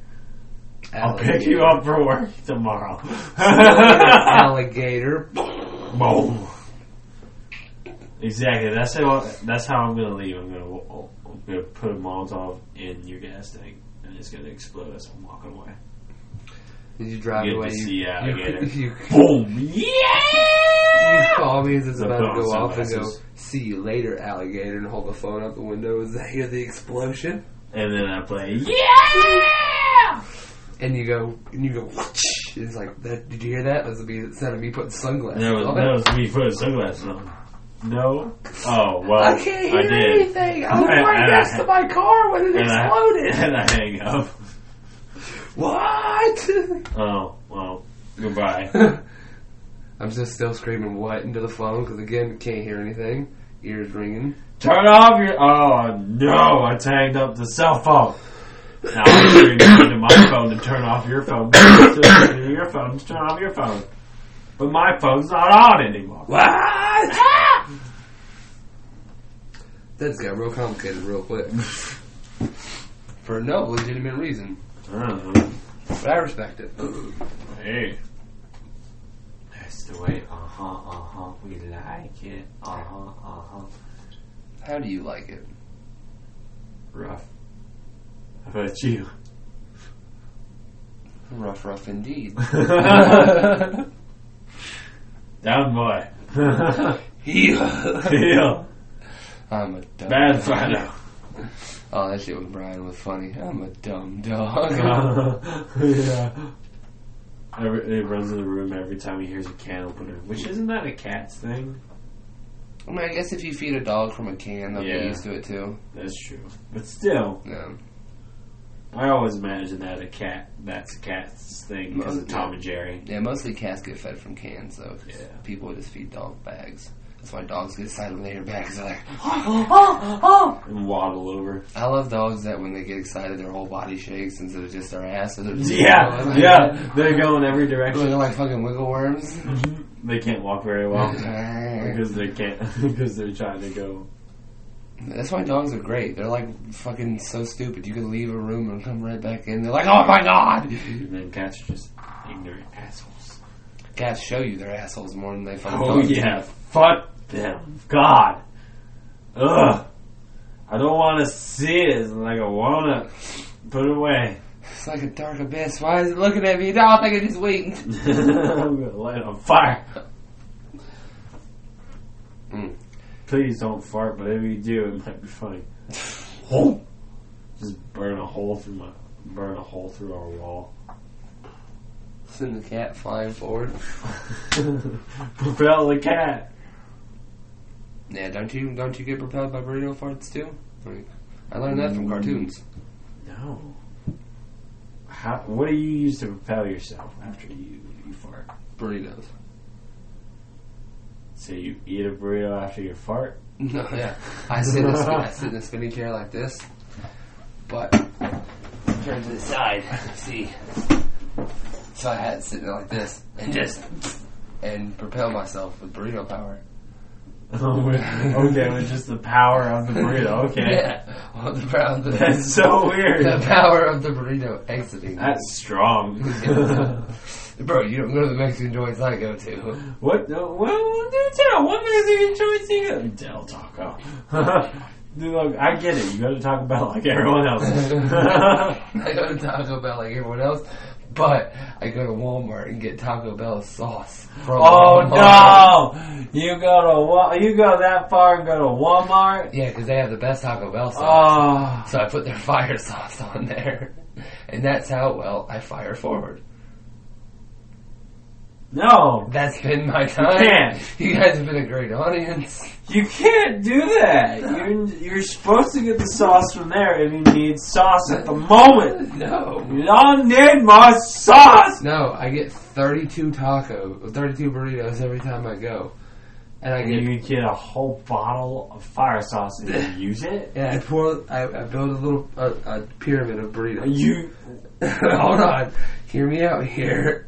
Speaker 2: I'll pick you up for work tomorrow.
Speaker 1: Alligator.
Speaker 2: Boom. Exactly. That's how. That's how I'm gonna leave. I'm gonna, I'm gonna put a Molotov in your gas tank, and it's gonna explode as I'm walking away.
Speaker 1: Did you drive
Speaker 2: Good
Speaker 1: away?
Speaker 2: to
Speaker 1: you,
Speaker 2: see alligator.
Speaker 1: You, you,
Speaker 2: Boom! Yeah!
Speaker 1: you call me as it's
Speaker 2: The
Speaker 1: about to
Speaker 2: phone
Speaker 1: go off and go.
Speaker 2: sunglasses.
Speaker 1: See you later, alligator, and hold the phone out the window as I hear the explosion.
Speaker 2: And then I play. Yeah!
Speaker 1: And you go, and you go. Whoosh, and it's like, that, did you hear that? That was me. It sounded me putting sunglasses.
Speaker 2: That was,
Speaker 1: on.
Speaker 2: that was me putting sunglasses on. No. Oh well.
Speaker 1: I can't hear
Speaker 2: did.
Speaker 1: anything. I was
Speaker 2: And-
Speaker 1: right
Speaker 2: and
Speaker 1: next
Speaker 2: I-
Speaker 1: to my car when it
Speaker 2: And I,
Speaker 1: exploded.
Speaker 2: and I hang up.
Speaker 1: what?
Speaker 2: Oh well. Goodbye.
Speaker 1: I'm just still screaming what into the phone because again can't hear anything. Ears ringing.
Speaker 2: Turn off your. Oh no! I tagged up the cell phone. Now I'm screaming into my phone to turn off your phone. I'm screaming into your phone to turn off your phone. But my phone's not on anymore.
Speaker 1: What?
Speaker 2: Ah!
Speaker 1: That's got real complicated real quick. For no legitimate reason,
Speaker 2: I don't know.
Speaker 1: but I respect it.
Speaker 2: Hey. That's the way. Uh huh. Uh huh. We like it. Uh huh. Uh huh.
Speaker 1: How do you like it?
Speaker 2: Rough. How about you?
Speaker 1: Rough, rough indeed.
Speaker 2: Down boy.
Speaker 1: yeah.
Speaker 2: Heel.
Speaker 1: I'm a dumb.
Speaker 2: Bad fighter.
Speaker 1: Oh, that shit with Brian was funny. I'm a dumb dog.
Speaker 2: yeah. Every, it runs in the room every time he hears a can opener, which isn't that a cat's thing?
Speaker 1: I mean, I guess if you feed a dog from a can, they'll
Speaker 2: Yeah.
Speaker 1: get used to it too.
Speaker 2: That's true. But still,
Speaker 1: No.
Speaker 2: I always imagine that a cat, that's a cat's thing because of Tom and Jerry.
Speaker 1: Yeah, mostly cats get fed from cans, so
Speaker 2: Yeah.
Speaker 1: people just feed dog bags. That's why dogs get excited when they hear bags. They're like,
Speaker 2: And waddle over.
Speaker 1: I love dogs that when they get excited, their whole body shakes instead of just their ass. So they're just "Oh,
Speaker 2: Yeah, yeah, they go in every direction.
Speaker 1: They're like fucking wiggle worms.
Speaker 2: Mm-hmm. they can't walk very well. Because they can't, because they're trying to go.
Speaker 1: That's why dogs are great. They're like fucking so stupid. You can leave a room and come right back in. They're like, oh my god!
Speaker 2: And then cats are just ignorant assholes.
Speaker 1: Cats show you their assholes more than they fucking
Speaker 2: Oh
Speaker 1: dogs do.
Speaker 2: yeah, fuck them. God. Ugh. I don't want to see it. It's like I want to put it away.
Speaker 1: It's like a dark abyss. Why is it looking at me? No, I think it's waiting.
Speaker 2: I'm gonna light it on fire.
Speaker 1: Mm.
Speaker 2: Please don't fart, but if you do, it might be funny. Hole. Just burn a hole through my burn a hole through our wall.
Speaker 1: Send the cat flying forward.
Speaker 2: Propel the cat.
Speaker 1: Yeah, don't you don't you get propelled by burrito farts too? Like, I learned that
Speaker 2: Mm.
Speaker 1: from cartoons.
Speaker 2: No. How, what do you use to propel yourself after you, you fart?
Speaker 1: Burritos.
Speaker 2: So you eat a burrito after you fart?
Speaker 1: No, yeah. I sit in a, spin- I sit in a spinning chair like this, but turn to the side. See, so I had it sitting like this and just and propel myself with burrito power.
Speaker 2: Oh, with- okay, with just the power of the burrito. Okay.
Speaker 1: Yeah, well, the, power- the,
Speaker 2: That's so weird.
Speaker 1: the power of the burrito exiting.
Speaker 2: That's strong.
Speaker 1: Bro, you don't go to the Mexican joints I go to.
Speaker 2: what? No, what? What do tell? What Mexican choice do you got? Del Taco. Dude, look, I get it. You got to talk about like everyone else.
Speaker 1: I go to Taco Bell like everyone else, but I go to Walmart and get Taco Bell sauce. From
Speaker 2: oh
Speaker 1: Walmart.
Speaker 2: no! You go to Wa- you go that far and go to Walmart.
Speaker 1: Yeah, because they have the best Taco Bell sauce.
Speaker 2: Oh,
Speaker 1: So I put their fire sauce on there, and that's how well I fire forward.
Speaker 2: No,
Speaker 1: That's been my time.
Speaker 2: can't.
Speaker 1: You guys have been a great audience.
Speaker 2: you can't do that. You're, you're supposed to get the sauce from there if you need sauce at the moment.
Speaker 1: No.
Speaker 2: We all need more sauce.
Speaker 1: No, I get 32 taco, 32 burritos every time I go. And I
Speaker 2: And
Speaker 1: get,
Speaker 2: you could get a whole bottle of fire sauce and use it.
Speaker 1: and I pour, I, I build a little, a, a pyramid of burritos.
Speaker 2: You
Speaker 1: Hold on, hear me out here.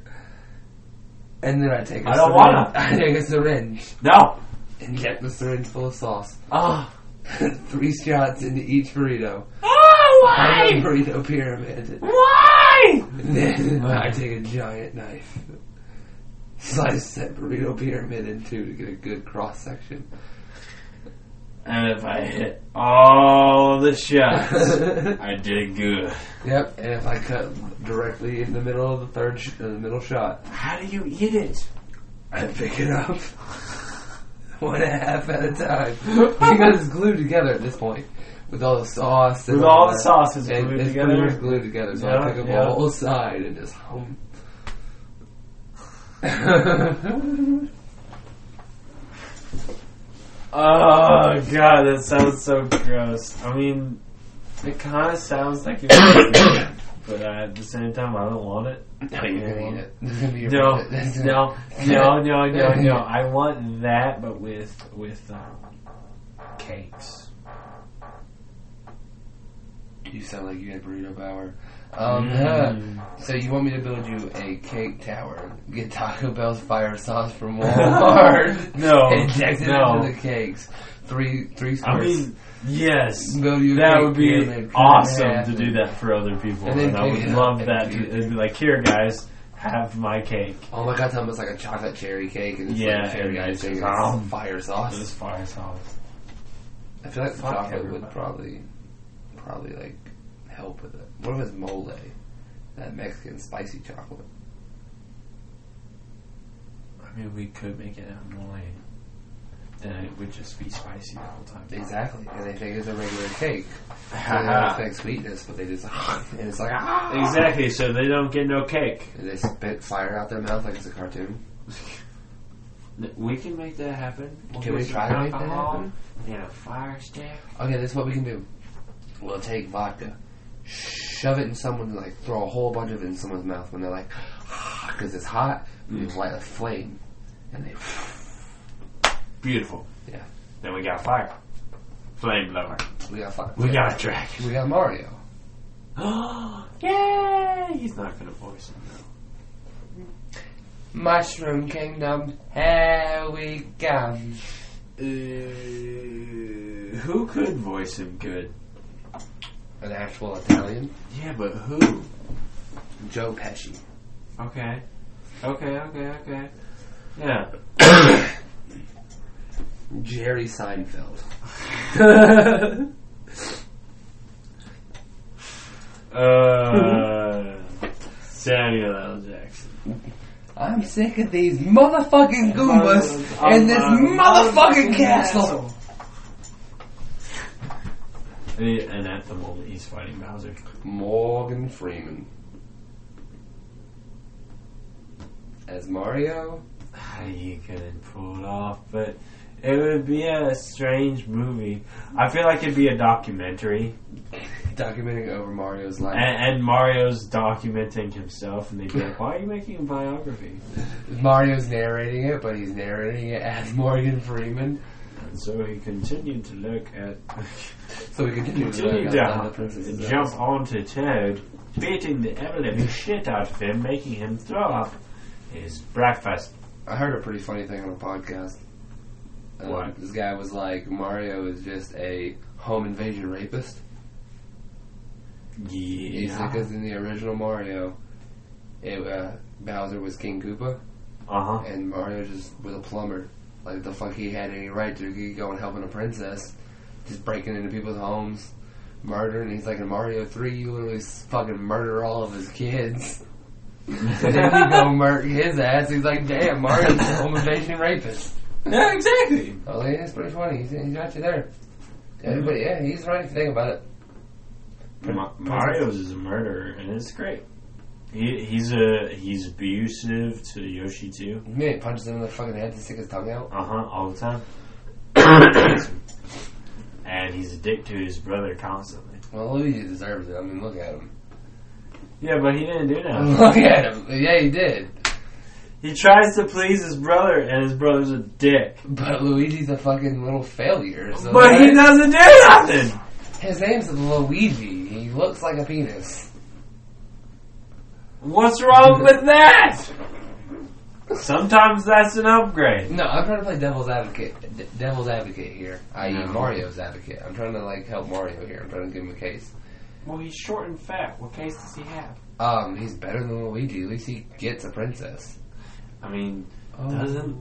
Speaker 1: And then I take. I
Speaker 2: I don't wanna.
Speaker 1: I take a syringe
Speaker 2: no.
Speaker 1: and get the syringe full of sauce.
Speaker 2: Oh,
Speaker 1: Three shots into each burrito.
Speaker 2: oh
Speaker 1: I'm a
Speaker 2: why?
Speaker 1: burrito pyramid.
Speaker 2: Why?
Speaker 1: And then I take a giant knife, slice that burrito pyramid in two to get a good cross section.
Speaker 2: And if I hit all the shots,
Speaker 1: yep.
Speaker 2: I did good.
Speaker 1: And if I cut directly in the middle of the third, sh- uh, the middle shot,
Speaker 2: How do you eat it?
Speaker 1: I pick it up one and a half at a time because it's glued together at this point with all the sauce and
Speaker 2: With all the
Speaker 1: that.
Speaker 2: sauces
Speaker 1: And
Speaker 2: glued
Speaker 1: it's
Speaker 2: together?
Speaker 1: pretty much glued together. So I
Speaker 2: Yeah,
Speaker 1: pick up
Speaker 2: yeah.
Speaker 1: the whole side and just hum.
Speaker 2: Oh god, that sounds so gross. I mean, it kind of sounds like you're eating it, but uh, at the same time, I don't want it.
Speaker 1: no, you're gonna eat it. This is gonna be your
Speaker 2: No,
Speaker 1: this is-
Speaker 2: no, no, no, no, no. I want that, but with with um, cakes.
Speaker 1: You sound like you had burrito power. Um,
Speaker 2: Mm.
Speaker 1: So you want me to build you a cake tower? Get Taco Bell's fire sauce from Walmart.
Speaker 2: No,
Speaker 1: Inject it
Speaker 2: Oh, no.
Speaker 1: into the cakes. Three three
Speaker 2: I
Speaker 1: squares.
Speaker 2: mean, yes,
Speaker 1: build you a
Speaker 2: that
Speaker 1: cake
Speaker 2: would be
Speaker 1: pyramid, cut it in
Speaker 2: awesome
Speaker 1: half,
Speaker 2: to do that for other people,
Speaker 1: And
Speaker 2: and,
Speaker 1: then
Speaker 2: I
Speaker 1: pick
Speaker 2: would
Speaker 1: it up
Speaker 2: love
Speaker 1: and
Speaker 2: that.
Speaker 1: eat
Speaker 2: To, it'd be like, here, guys, have my cake.
Speaker 1: Oh my god, Tom, it's like a chocolate cherry cake and it's
Speaker 2: Yeah,
Speaker 1: like a cherry
Speaker 2: and it's
Speaker 1: icing and
Speaker 2: just-
Speaker 1: it's fire sauce.
Speaker 2: This fire sauce.
Speaker 1: I feel like the
Speaker 2: Fuck
Speaker 1: chocolate would
Speaker 2: everybody.
Speaker 1: probably, probably like help with it. What if it's mole? That Mexican spicy chocolate.
Speaker 2: I mean, we could make it out mole. Then it would just be spicy the whole time.
Speaker 1: Exactly, and they think it's a regular cake. So they don't
Speaker 2: Haha.
Speaker 1: think sweetness, but they just and it's like ah,
Speaker 2: exactly. So they don't get no cake.
Speaker 1: And they spit fire out their mouth like it's a cartoon.
Speaker 2: We can make that happen. We'll
Speaker 1: Can we
Speaker 2: get some
Speaker 1: try to make that
Speaker 2: alcohol
Speaker 1: happen?
Speaker 2: And a fire stick.
Speaker 1: Okay, this is what we can do. We'll take vodka, shove it in someone, like throw a whole bunch of it in someone's mouth when they're like, because it's hot.
Speaker 2: Mm.
Speaker 1: We just light a flame, and they
Speaker 2: Beautiful.
Speaker 1: Yeah.
Speaker 2: Then we got fire. Flame blower.
Speaker 1: we got fire.
Speaker 2: We got a dragon.
Speaker 1: we got Mario.
Speaker 2: Yay! He's not gonna voice him though.
Speaker 1: Mushroom Kingdom, here we come.
Speaker 2: Uh, who could voice him good?
Speaker 1: An actual Italian,
Speaker 2: Yeah, but who?
Speaker 1: Joe Pesci.
Speaker 2: Okay. Okay, okay, okay. Yeah.
Speaker 1: Jerry Seinfeld.
Speaker 2: Uh, Samuel L. Jackson.
Speaker 1: I'm sick of these motherfucking Goombas
Speaker 2: On
Speaker 1: in this
Speaker 2: my
Speaker 1: motherfucking castle.
Speaker 2: And Eh, and at the moment, he's fighting Bowser.
Speaker 1: Morgan Freeman. As Mario?
Speaker 2: How you couldn't pull it off, but it would be a strange movie. I feel like it'd be a documentary,
Speaker 1: Documenting over Mario's
Speaker 2: and,
Speaker 1: life.
Speaker 2: and Mario's documenting himself, and they'd be like, "Why are you making a biography?"
Speaker 1: Mario's narrating it, but he's narrating it as Morgan Freeman.
Speaker 2: And so he continued to look at.
Speaker 1: So we continue to
Speaker 2: Continue
Speaker 1: look outside the
Speaker 2: down,
Speaker 1: princess's
Speaker 2: jump onto Toad, beating the ever living shit out of him, making him throw up his breakfast.
Speaker 1: I heard a pretty funny thing on a podcast. Um,
Speaker 2: What?
Speaker 1: This guy was like, Mario is just a home invasion rapist. He's
Speaker 2: Yeah.
Speaker 1: because in the original Mario, it, uh, Bowser was King Koopa,
Speaker 2: Uh huh.
Speaker 1: and Mario just was a plumber. Like, the fuck he had any right to He go and helping a princess, just breaking into people's homes, murdering. He's like, in Mario 3, you literally s- fucking murder all of his kids. and then you go murder his ass. He's like, damn, Mario's a home invasion rapist.
Speaker 2: Yeah, exactly.
Speaker 1: Oh, yeah, it's pretty funny. He's, he's actually there. Everybody, yeah, he's right. Think about it.
Speaker 2: Mario's is a murderer, and it's great. He, he's a he's abusive to Yoshi too.
Speaker 1: Man, punches him in the fucking head to stick his tongue out.
Speaker 2: Uh huh. All the time. and he's a dick to his brother constantly.
Speaker 1: Well, Luigi deserves it. I mean, look at him.
Speaker 2: Yeah, but he didn't do that.
Speaker 1: Look at him. Yeah, he did.
Speaker 2: He tries to please his brother, and his brother's a dick.
Speaker 1: But Luigi's a fucking little failure. So
Speaker 2: But he
Speaker 1: that-
Speaker 2: doesn't do nothing.
Speaker 1: His name's Luigi. He looks like a penis.
Speaker 2: What's wrong with that? Sometimes that's an upgrade.
Speaker 1: No, I'm trying to play devil's advocate. d- Devil's advocate here, i.e.,
Speaker 2: No.
Speaker 1: Mario's advocate. I'm trying to like help Mario here. I'm trying to give him a case.
Speaker 2: Well, he's short and fat. What case does he have?
Speaker 1: Um, he's better than Luigi. At least he gets a princess.
Speaker 2: I mean,
Speaker 1: Oh.
Speaker 2: doesn't.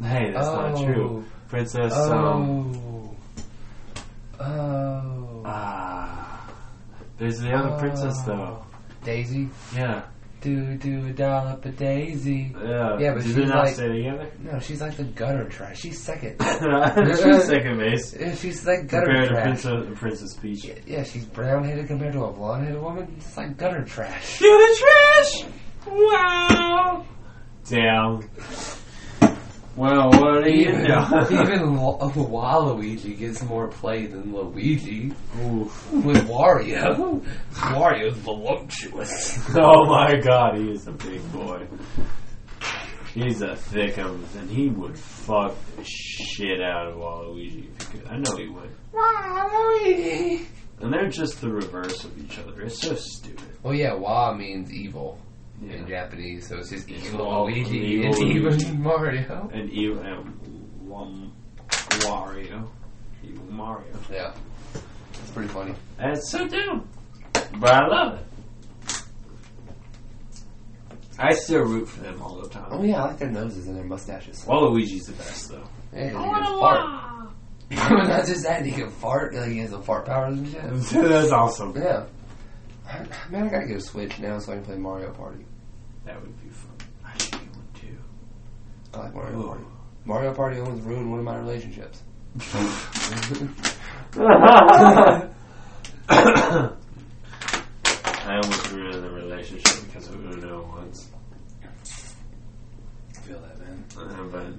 Speaker 2: Hey, that's
Speaker 1: Oh.
Speaker 2: not true. Princess,
Speaker 1: Oh.
Speaker 2: um,
Speaker 1: oh.
Speaker 2: ah, there's the other
Speaker 1: Ah.
Speaker 2: princess though.
Speaker 1: Daisy.
Speaker 2: Yeah,
Speaker 1: Do do a dollop a daisy.
Speaker 2: yeah.
Speaker 1: Yeah, but
Speaker 2: Did they
Speaker 1: she's
Speaker 2: not
Speaker 1: like-
Speaker 2: stay together?
Speaker 1: No, she's like the gutter trash. She's second.
Speaker 2: She's second base
Speaker 1: Eh, she's like gutter
Speaker 2: compared to
Speaker 1: trash.
Speaker 2: Princess, Princess Peach.
Speaker 1: Yeah, yeah, she's brown headed compared to a blonde headed woman. It's like gutter trash.
Speaker 2: To the trash! Wow! Damn. Well, what do you
Speaker 1: Even,
Speaker 2: know?
Speaker 1: even Wa- Waluigi gets more play than Luigi
Speaker 2: Oof.
Speaker 1: with Wario. Wario's voluptuous.
Speaker 2: Oh my god, he is a big boy. He's a thickums, and he would fuck the shit out of Waluigi if he could. I know he would.
Speaker 1: Waluigi!
Speaker 2: And they're just the reverse of each other. It's so stupid.
Speaker 1: Well, yeah, Wa means evil in
Speaker 2: Yeah.
Speaker 1: Japanese, so it's just
Speaker 2: It's
Speaker 1: evil
Speaker 2: all
Speaker 1: Luigi
Speaker 2: evil
Speaker 1: and evil
Speaker 2: Luigi.
Speaker 1: Mario.
Speaker 2: And even um, Wam- Wario. E Evil Mario.
Speaker 1: Yeah. It's pretty funny.
Speaker 2: And it's so dumb. But I love it. I still root for them all the
Speaker 1: Oh,
Speaker 2: time.
Speaker 1: yeah, I like their noses and their mustaches.
Speaker 2: Waluigi's the best, though.
Speaker 1: Yeah, 'cause he can fart. Not just that, he can fart. Like, he has the fart powers and shit.
Speaker 2: That's awesome.
Speaker 1: Yeah. I- Man, I gotta get a Switch now so I can play Mario Party.
Speaker 2: That would be fun. I should get one, too.
Speaker 1: I like Mario Party. Mario Party almost ruined one of my relationships.
Speaker 2: I almost ruined the relationship because of Uno once.
Speaker 1: I feel that, man.
Speaker 2: Uh,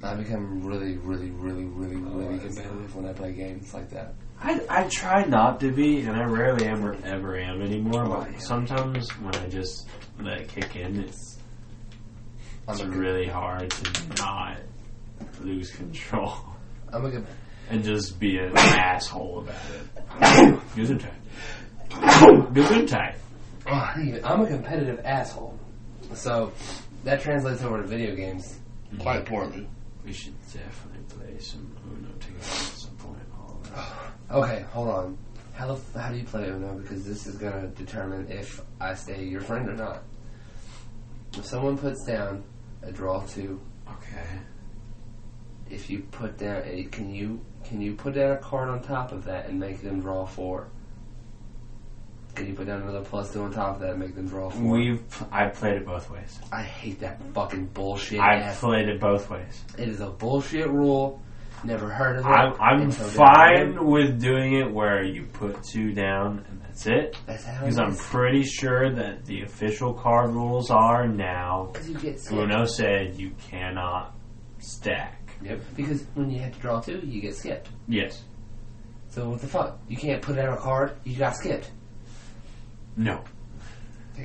Speaker 2: But
Speaker 1: I become really, really, really, really, really
Speaker 2: that's
Speaker 1: competitive when Oh, I play games like that.
Speaker 2: I, I try not to be, and I rarely am or ever am anymore.
Speaker 1: Oh,
Speaker 2: But
Speaker 1: yeah.
Speaker 2: sometimes when I just let it kick in, it's
Speaker 1: I'm
Speaker 2: It's
Speaker 1: a good,
Speaker 2: really hard to not lose control
Speaker 1: I'm a good
Speaker 2: and just be an asshole about it. Gesundheit. Gesundheit.
Speaker 1: Oh, hey, I'm a competitive asshole. So that translates over to video games quite poorly.
Speaker 2: We should definitely play some Uno together at some point. all of us.
Speaker 1: Okay, hold on. How the f- how do you play Uno? Because this is gonna determine if I stay your friend or not. If someone puts down a draw two,
Speaker 2: Okay.
Speaker 1: if you put down a can you can you put down a card on top of that and make them draw four? Can you put down another plus two on top of that and make them draw four?
Speaker 2: We've I played it both ways.
Speaker 1: I hate that fucking bullshit.
Speaker 2: I
Speaker 1: ass.
Speaker 2: played it both ways.
Speaker 1: It is a bullshit rule. Never heard of it.
Speaker 2: I'm, I'm
Speaker 1: Until they learn.
Speaker 2: fine with doing it where you put two down and that's it.
Speaker 1: That's how it
Speaker 2: Because I'm
Speaker 1: is.
Speaker 2: pretty sure that the official card rules are now
Speaker 1: 'Cause you get skipped.
Speaker 2: Bruno said you cannot stack.
Speaker 1: Yep. Because when you have to draw two, you get skipped.
Speaker 2: Yes.
Speaker 1: So what the fuck? You can't put down a card. You got skipped.
Speaker 2: No.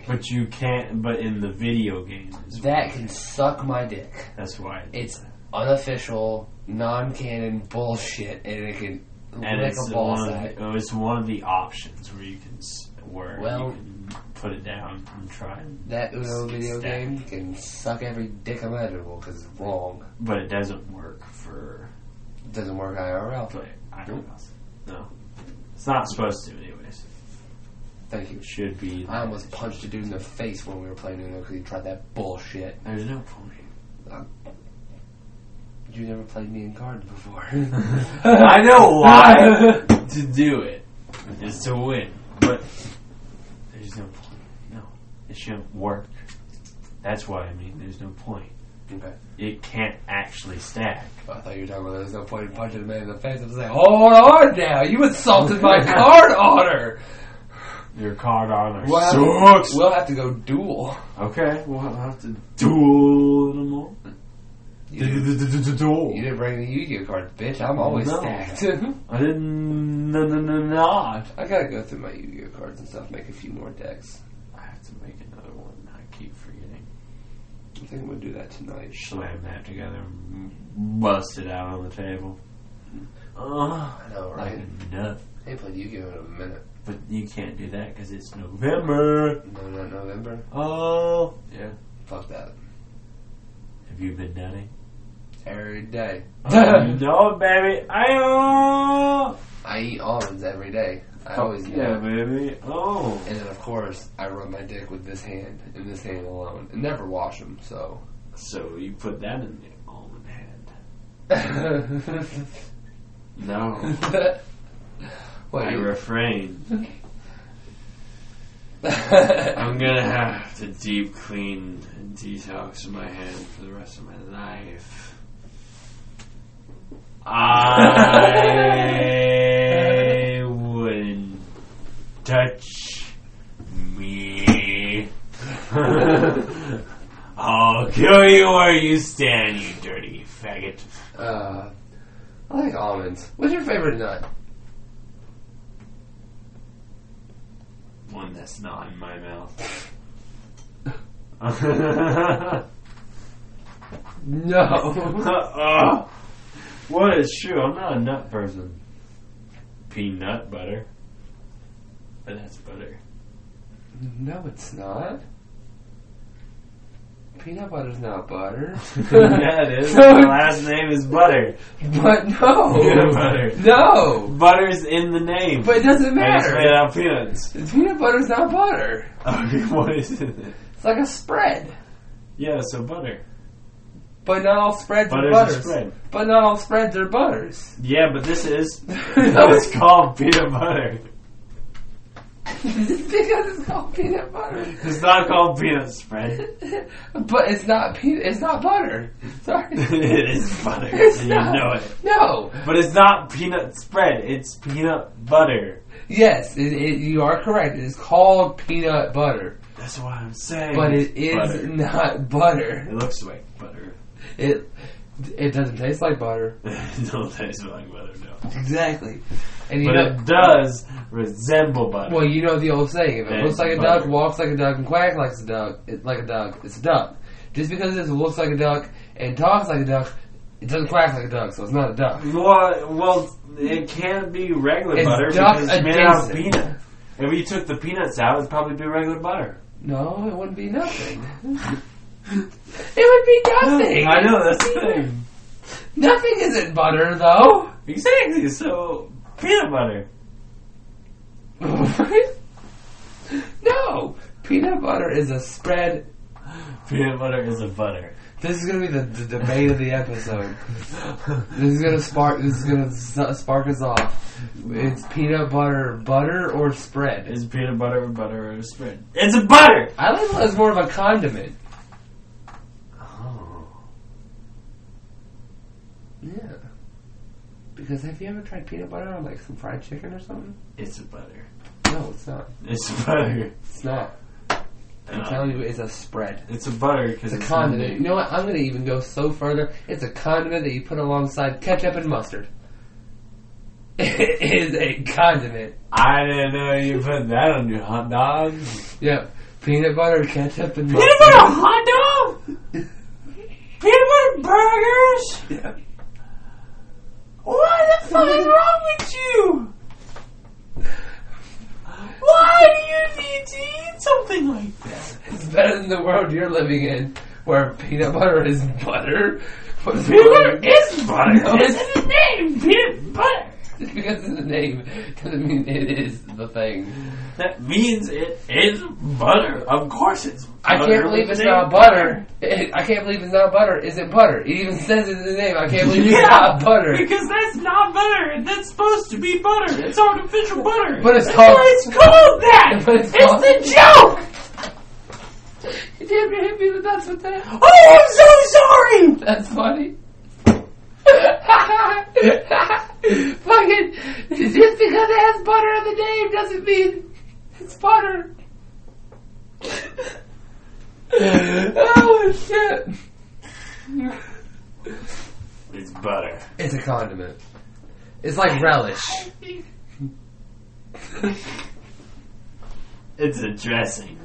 Speaker 2: But you can't. But in the video games, it's-
Speaker 1: That can suck my dick.
Speaker 2: that's why
Speaker 1: It's unofficial, non-canon bullshit, and it can
Speaker 2: and
Speaker 1: lick
Speaker 2: it's
Speaker 1: a ball
Speaker 2: one, of
Speaker 1: sack.
Speaker 2: the, oh, it's one of the options where you can s- where
Speaker 1: Well-
Speaker 2: you can put it down and try. and-
Speaker 1: That Uno
Speaker 2: It's-
Speaker 1: video
Speaker 2: it's that.
Speaker 1: game can suck every dick imaginable because it's wrong.
Speaker 2: But it doesn't work for
Speaker 1: Doesn't work IRL.
Speaker 2: play. I don't know. No, it's not supposed to. Anyways,
Speaker 1: Thank you.
Speaker 2: it should be.
Speaker 1: I almost punched a dude in the face when we were playing Uno because he tried that bullshit.
Speaker 2: There's no point.
Speaker 1: You never played me in cards before.
Speaker 2: I know why to do it is to win, but there's no point. No, it shouldn't work. That's why I mean there's no point.
Speaker 1: okay.
Speaker 2: It can't actually stack.
Speaker 1: I thought you were talking about there's no point in punching a man in the face. I was like, hold on now, you insulted my card order.
Speaker 2: your card on
Speaker 1: We'll have,
Speaker 2: or sucks.
Speaker 1: we'll have to go duel.
Speaker 2: Okay, we'll have to duel in a moment.
Speaker 1: You, didn't- you
Speaker 2: Duel.
Speaker 1: didn't bring the Yu-Gi-Oh cards, bitch. I'm always
Speaker 2: No.
Speaker 1: stacked.
Speaker 2: I didn't. No, no, no, not.
Speaker 1: I gotta go through my Yu-Gi-Oh cards and stuff, make a few more decks.
Speaker 2: I have to make another one. I keep forgetting.
Speaker 1: I think I'm gonna do that tonight.
Speaker 2: Slam that together, and bust it out on the table. Ugh,
Speaker 1: I know,
Speaker 2: like
Speaker 1: right?
Speaker 2: enough.
Speaker 1: I ain't played Yu-Gi-Oh in a minute.
Speaker 2: But you can't do that because it's November.
Speaker 1: No, not November.
Speaker 2: Oh, yeah.
Speaker 1: Fuck that.
Speaker 2: Have you been dunning?
Speaker 1: Every day.
Speaker 2: no, baby. I
Speaker 1: I eat almonds every day. I always know.
Speaker 2: yeah, baby. Oh,
Speaker 1: And then, of course, I rub my dick with this hand and this hand alone, and never wash them. So,
Speaker 2: so you put that in the almond hand?
Speaker 1: what?
Speaker 2: No, I
Speaker 1: you-
Speaker 2: refrain. I'm gonna have to deep clean and detox my hand for the rest of my life. I wouldn't touch me. I'll kill you where you stand, you dirty faggot.
Speaker 1: uh, I like almonds. What's your favorite nut?
Speaker 2: One that's not in my mouth.
Speaker 1: No.
Speaker 2: uh, what is true? I'm not a nut person. Peanut butter. But that's butter.
Speaker 1: no, it's not. Peanut butter's not butter.
Speaker 2: yeah, it is. My last name is butter.
Speaker 1: but
Speaker 2: Peanut
Speaker 1: no.
Speaker 2: butter.
Speaker 1: no.
Speaker 2: Butter's in the name.
Speaker 1: But it doesn't
Speaker 2: I just made
Speaker 1: matter.
Speaker 2: out peanuts.
Speaker 1: Peanut butter's not butter.
Speaker 2: Okay, what is it?
Speaker 1: It's like a spread.
Speaker 2: Yeah, so butter.
Speaker 1: But not all spreads
Speaker 2: Butter's
Speaker 1: are
Speaker 2: a
Speaker 1: butters.
Speaker 2: spread.
Speaker 1: But not all spreads are butters.
Speaker 2: Yeah, but this is.
Speaker 1: No,
Speaker 2: it's called peanut butter.
Speaker 1: because it's called peanut butter.
Speaker 2: It's not called peanut spread.
Speaker 1: but it's not peanut. It's not butter. Sorry.
Speaker 2: it is butter,
Speaker 1: It's
Speaker 2: so you
Speaker 1: not.
Speaker 2: know it.
Speaker 1: No.
Speaker 2: But it's not peanut spread, it's peanut butter.
Speaker 1: Yes, it, it, you are correct. It is called peanut butter,
Speaker 2: That's what I'm saying.
Speaker 1: but it is
Speaker 2: Butter.
Speaker 1: not butter.
Speaker 2: It looks like butter.
Speaker 1: It it doesn't taste like butter.
Speaker 2: no, it tastes like butter, no.
Speaker 1: Exactly. And you
Speaker 2: But
Speaker 1: know,
Speaker 2: it does resemble butter.
Speaker 1: well, you know the old saying: if it
Speaker 2: It's
Speaker 1: looks like a
Speaker 2: butter.
Speaker 1: duck, walks like a duck, and quacks like a duck, it's like a duck. It's a duck. Just because it looks like a duck and talks like a duck, it doesn't quack like a duck, so it's not a duck.
Speaker 2: well, well, it can't be regular
Speaker 1: It's
Speaker 2: butter
Speaker 1: duck
Speaker 2: because it's made out of
Speaker 1: adjacent.
Speaker 2: peanut. If you took the peanuts out, it'd probably be regular butter.
Speaker 1: No, it wouldn't be nothing. it would be nothing.
Speaker 2: I know that's the thing.
Speaker 1: Nothing isn't butter, though.
Speaker 2: Exactly. So peanut butter.
Speaker 1: no, peanut butter is a spread.
Speaker 2: Peanut butter is a butter.
Speaker 1: This is gonna be the, the debate of the episode. This is gonna spark. This is gonna su- spark us off. It's peanut butter, butter or spread.
Speaker 2: is peanut butter a butter or a spread? It's a butter.
Speaker 1: I like it as more of a condiment.
Speaker 2: Oh.
Speaker 1: Yeah. Because have you ever tried peanut butter on like some fried chicken or something?
Speaker 2: It's a butter.
Speaker 1: No, it's not.
Speaker 2: It's a butter.
Speaker 1: It's not. I'm
Speaker 2: Uh,
Speaker 1: telling you, it's a spread.
Speaker 2: It's a butter because
Speaker 1: It's a
Speaker 2: it's
Speaker 1: condiment. You
Speaker 2: made-
Speaker 1: know what? I'm gonna even go so further. It's a condiment that you put alongside ketchup and mustard. it is a condiment.
Speaker 2: I didn't know you put that on your hot dog.
Speaker 1: Yep. Peanut butter, ketchup, and mustard.
Speaker 2: hot dog. Peanut butter burgers.
Speaker 1: Yeah.
Speaker 2: What the fuck is wrong with you? Why do you need to eat something like that?
Speaker 1: It's better than the world you're living in, where peanut butter is butter. But the world-
Speaker 2: is butter.
Speaker 1: No, it's-
Speaker 2: It's in the name. Peanut butter.
Speaker 1: Just because it's the name doesn't mean it is the thing.
Speaker 2: That means it is butter. Of course it's
Speaker 1: I
Speaker 2: butter.
Speaker 1: can't believe it's not butter. It- I can't believe it's not butter. Is it butter? It even says it in the name. I can't believe it's not butter.
Speaker 2: Because that's not butter, and that's supposed to be butter. It's artificial butter.
Speaker 1: But it's
Speaker 2: that's
Speaker 1: called-
Speaker 2: why it's called that.
Speaker 1: But it's
Speaker 2: it's
Speaker 1: called-
Speaker 2: the joke.
Speaker 1: You damn near hit me in the nuts with that.
Speaker 2: Oh, I'm so sorry.
Speaker 1: That's funny. Fucking just because it has butter on the name doesn't mean It's butter. oh shit!
Speaker 2: It's butter.
Speaker 1: It's a condiment. It's like relish.
Speaker 2: It's a dressing.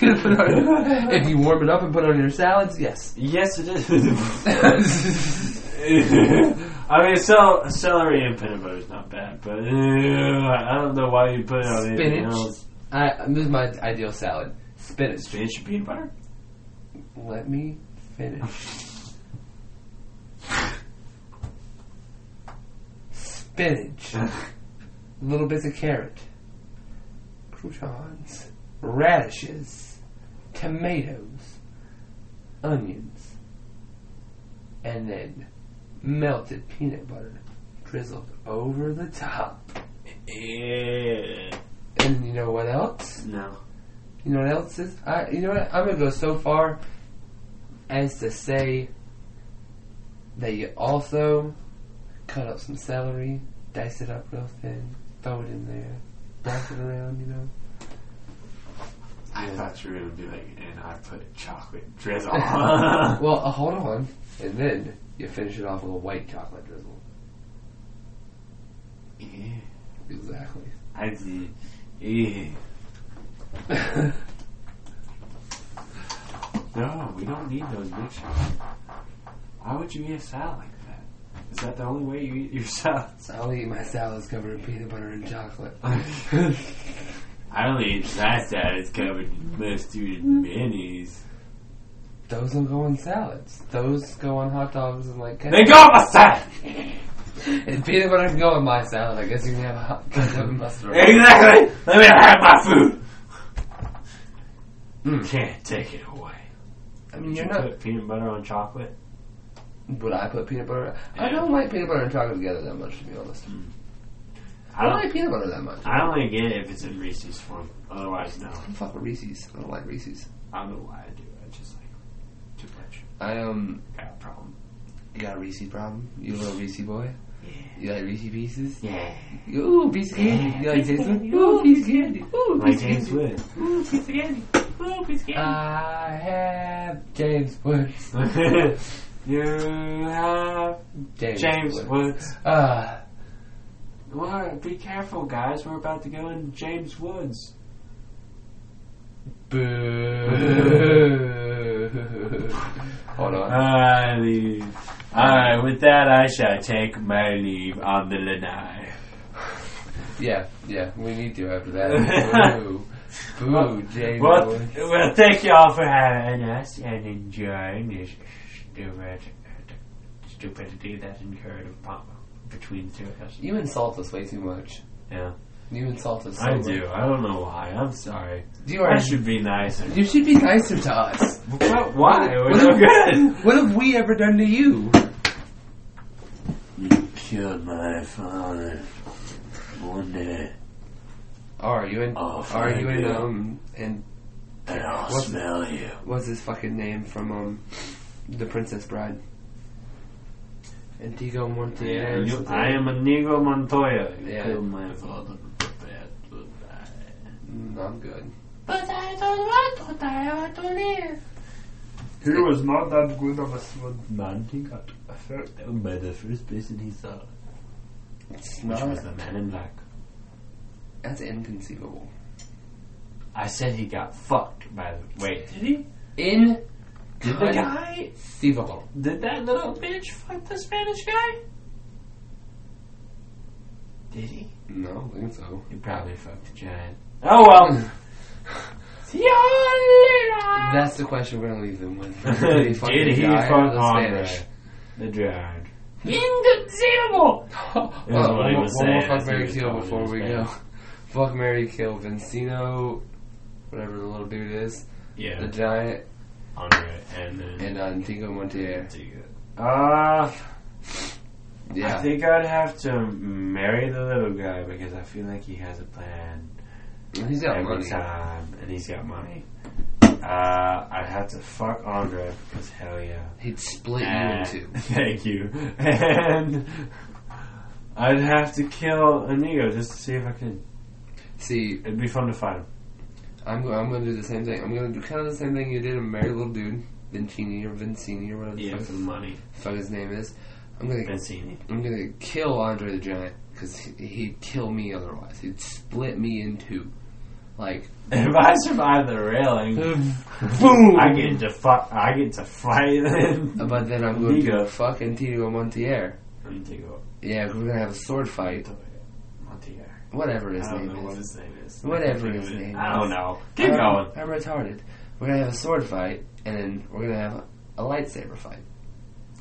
Speaker 1: if you warm it up and put it on your salads, yes.
Speaker 2: Yes, it is. I mean, cel- celery and peanut butter is not bad, but uh, I don't know why you put it on anything
Speaker 1: Spinach.
Speaker 2: else.
Speaker 1: I, this is my ideal salad: spinach.
Speaker 2: Spinach and peanut butter?
Speaker 1: Let me finish. Spinach. little bits of carrot, croutons, radishes, tomatoes, onions, and then melted peanut butter drizzled over the top.
Speaker 2: Eh,
Speaker 1: And you know what else?
Speaker 2: no.
Speaker 1: You know what else is? I, you know what? I'm gonna go so far as to say that you also cut up some celery, dice it up real thin, throw it in there, wrap it around. You know.
Speaker 2: I thought you were going to be like, and I put chocolate drizzle. I
Speaker 1: Well, uh, hold on, and then you finish it off with a white chocolate drizzle. Exactly.
Speaker 2: did. Eh. No, we don't need those mixtures. Why would you eat a salad like that? Is that the only way you eat your salads?
Speaker 1: so I'll eat my salads covered in peanut butter and chocolate.
Speaker 2: I only eat that salad. It's covered in mustard and mayonnaise.
Speaker 1: Those don't go on salads. Those go on hot dogs and like
Speaker 2: They got my salad!
Speaker 1: If peanut butter can go on my salad, I guess you can have a hot dog and mustard.
Speaker 2: Exactly! Let me have my food! You
Speaker 1: Mm.
Speaker 2: can't take it away.
Speaker 1: I mean,
Speaker 2: Did
Speaker 1: you're
Speaker 2: you
Speaker 1: not.
Speaker 2: put peanut butter on chocolate?
Speaker 1: Would I put peanut butter? I
Speaker 2: Yeah.
Speaker 1: don't like peanut butter and chocolate together that much, to be honest. I
Speaker 2: I
Speaker 1: don't
Speaker 2: don't.
Speaker 1: like peanut butter that much.
Speaker 2: I only get it if it's in Reese's form. Otherwise, no.
Speaker 1: I fuck with Reese's. I don't like Reese's.
Speaker 2: I don't know why I do. it. I just like too much.
Speaker 1: I um,
Speaker 2: Got a problem.
Speaker 1: you got a Reese's problem. You a little Reese boy.
Speaker 2: Yeah.
Speaker 1: You like Reese pieces.
Speaker 2: Yeah.
Speaker 1: Ooh, piece of candy. You like
Speaker 2: Piece of
Speaker 1: James Wood?
Speaker 2: candy.
Speaker 1: Ooh, piece of candy. Ooh,
Speaker 2: Like
Speaker 1: piece of
Speaker 2: James
Speaker 1: candy.
Speaker 2: Wood. Ooh, piece of candy. Ooh, piece of candy.
Speaker 1: I have James Wood.
Speaker 2: you have
Speaker 1: James,
Speaker 2: James
Speaker 1: Wood.
Speaker 2: Woods.
Speaker 1: Uh,
Speaker 2: What? Be careful, guys. We're about to go in James Woods.
Speaker 1: boo. Hold on.
Speaker 2: I leave. Alright, with that, I shall take my leave on the lanai.
Speaker 1: Yeah, yeah, we need to after that. Boo. Boo, James.
Speaker 2: Well,
Speaker 1: Boyd.
Speaker 2: well, thank you all for having us and enjoying this stupid, stupidity that incurred upon between the two of us.
Speaker 1: You insult us way too much.
Speaker 2: Yeah,
Speaker 1: You insult us so
Speaker 2: I
Speaker 1: much.
Speaker 2: do. I don't know why. I'm sorry.
Speaker 1: You
Speaker 2: I
Speaker 1: are.
Speaker 2: should be nicer.
Speaker 1: You should be nicer to us.
Speaker 2: What? Why? We're so good.
Speaker 1: What have we ever done to you?
Speaker 2: You killed my father. One day,
Speaker 1: Are you in?
Speaker 2: Oh,
Speaker 1: are
Speaker 2: fine,
Speaker 1: you in?
Speaker 2: yeah.
Speaker 1: Um, and
Speaker 2: and I'll
Speaker 1: What?
Speaker 2: smell you.
Speaker 1: what's his fucking name from um, The Princess Bride? Antigo Montiel. or
Speaker 2: you,
Speaker 1: something.
Speaker 2: I am Inigo Montoya. You
Speaker 1: Yeah.
Speaker 2: killed my father. Bad goodbye.
Speaker 1: Mm, I'm good.
Speaker 3: But I don't want to die, I want to live.
Speaker 2: He was not that good of a sword man. He got hurt by the first person he saw,
Speaker 1: It's
Speaker 2: which
Speaker 1: not.
Speaker 2: was the man in black.
Speaker 1: That's inconceivable.
Speaker 2: I said he got fucked by the. Wait, did he?
Speaker 1: In.
Speaker 2: Did the guy?
Speaker 1: Conceivable.
Speaker 2: Did that little bitch fuck the Spanish guy? Did he?
Speaker 1: No, I don't think so.
Speaker 2: He probably fucked a giant. Oh well. See ya
Speaker 1: That's the question we're gonna leave them with.
Speaker 2: later.
Speaker 1: Did he fucking
Speaker 2: Did he
Speaker 1: die
Speaker 2: fuck
Speaker 1: or the
Speaker 2: Andre?
Speaker 1: Spanish?
Speaker 2: The giant. Inconceivable.
Speaker 1: Uh,
Speaker 2: what he
Speaker 1: one more-
Speaker 2: was
Speaker 1: one more
Speaker 2: saying
Speaker 1: fuck
Speaker 2: as he
Speaker 1: Mary
Speaker 2: was
Speaker 1: Kill
Speaker 2: talking
Speaker 1: before
Speaker 2: in
Speaker 1: we go. Fuck Mary Kill Vincino, whatever the little dude is, the
Speaker 2: Yeah.
Speaker 1: giant,
Speaker 2: Andre and then.
Speaker 1: and uh, Antigo Montier.
Speaker 2: Uh, I
Speaker 1: Yeah.
Speaker 2: think I'd have to marry the little guy because I feel like he has a plan
Speaker 1: He's got
Speaker 2: every
Speaker 1: money.
Speaker 2: time, and he's got money. Uh, I'd have to fuck Andre because hell yeah.
Speaker 1: He'd split
Speaker 2: And-
Speaker 1: you in two.
Speaker 2: Thank you. And I'd have to kill Inigo just to see if I could.
Speaker 1: See,
Speaker 2: It'd be fun to fight him.
Speaker 1: I'm go- I'm gonna do the same thing. I'm gonna do kind of the same thing you did in Merry Little Dude, Vincini or Vincini or whatever the fuck, the
Speaker 2: money.
Speaker 1: fuck his name is. I'm gonna
Speaker 2: Mancini.
Speaker 1: I'm gonna kill Andre the Giant because he, he'd kill me otherwise. He'd split me in two, like
Speaker 2: If I survive the railing,
Speaker 1: boom.
Speaker 2: I get to fight. I get to fight him.
Speaker 1: Uh, But then I'm going
Speaker 2: Amigo.
Speaker 1: to fucking Tito Montier.
Speaker 2: Montigo.
Speaker 1: Yeah, we're gonna have a sword fight.
Speaker 2: Montigo.
Speaker 1: Whatever his
Speaker 2: I don't
Speaker 1: name
Speaker 2: know
Speaker 1: is.
Speaker 2: what his name is.
Speaker 1: Whatever his name
Speaker 2: I
Speaker 1: is. Uh,
Speaker 2: don't know. Keep
Speaker 1: I'm-
Speaker 2: going.
Speaker 1: I'm retarded. We're gonna have a sword fight, and then we're gonna have a lightsaber fight.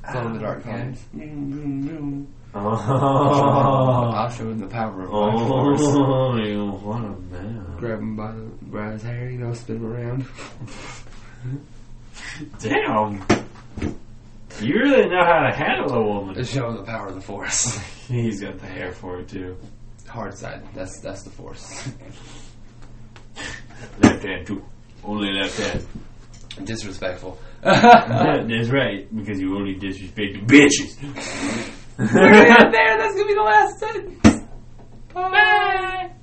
Speaker 1: Glow in the dark
Speaker 2: Okay.
Speaker 1: times. Boom, boom, boom.
Speaker 2: Oh,
Speaker 1: I'll show him the power of my force.
Speaker 2: oh, you what a man!
Speaker 1: Grab him by, the, by his hair, you know, spin him around.
Speaker 2: Damn, you really know how to handle a woman.
Speaker 1: And show him the power of the force.
Speaker 2: He's got the hair for it too.
Speaker 1: Hard side. That's that's the force.
Speaker 2: Left hand too. Only left hand.
Speaker 1: Disrespectful. Uh,
Speaker 2: That's right, because you only disrespect the bitches.
Speaker 1: We're in there. That's gonna be the last sentence.
Speaker 3: Bye.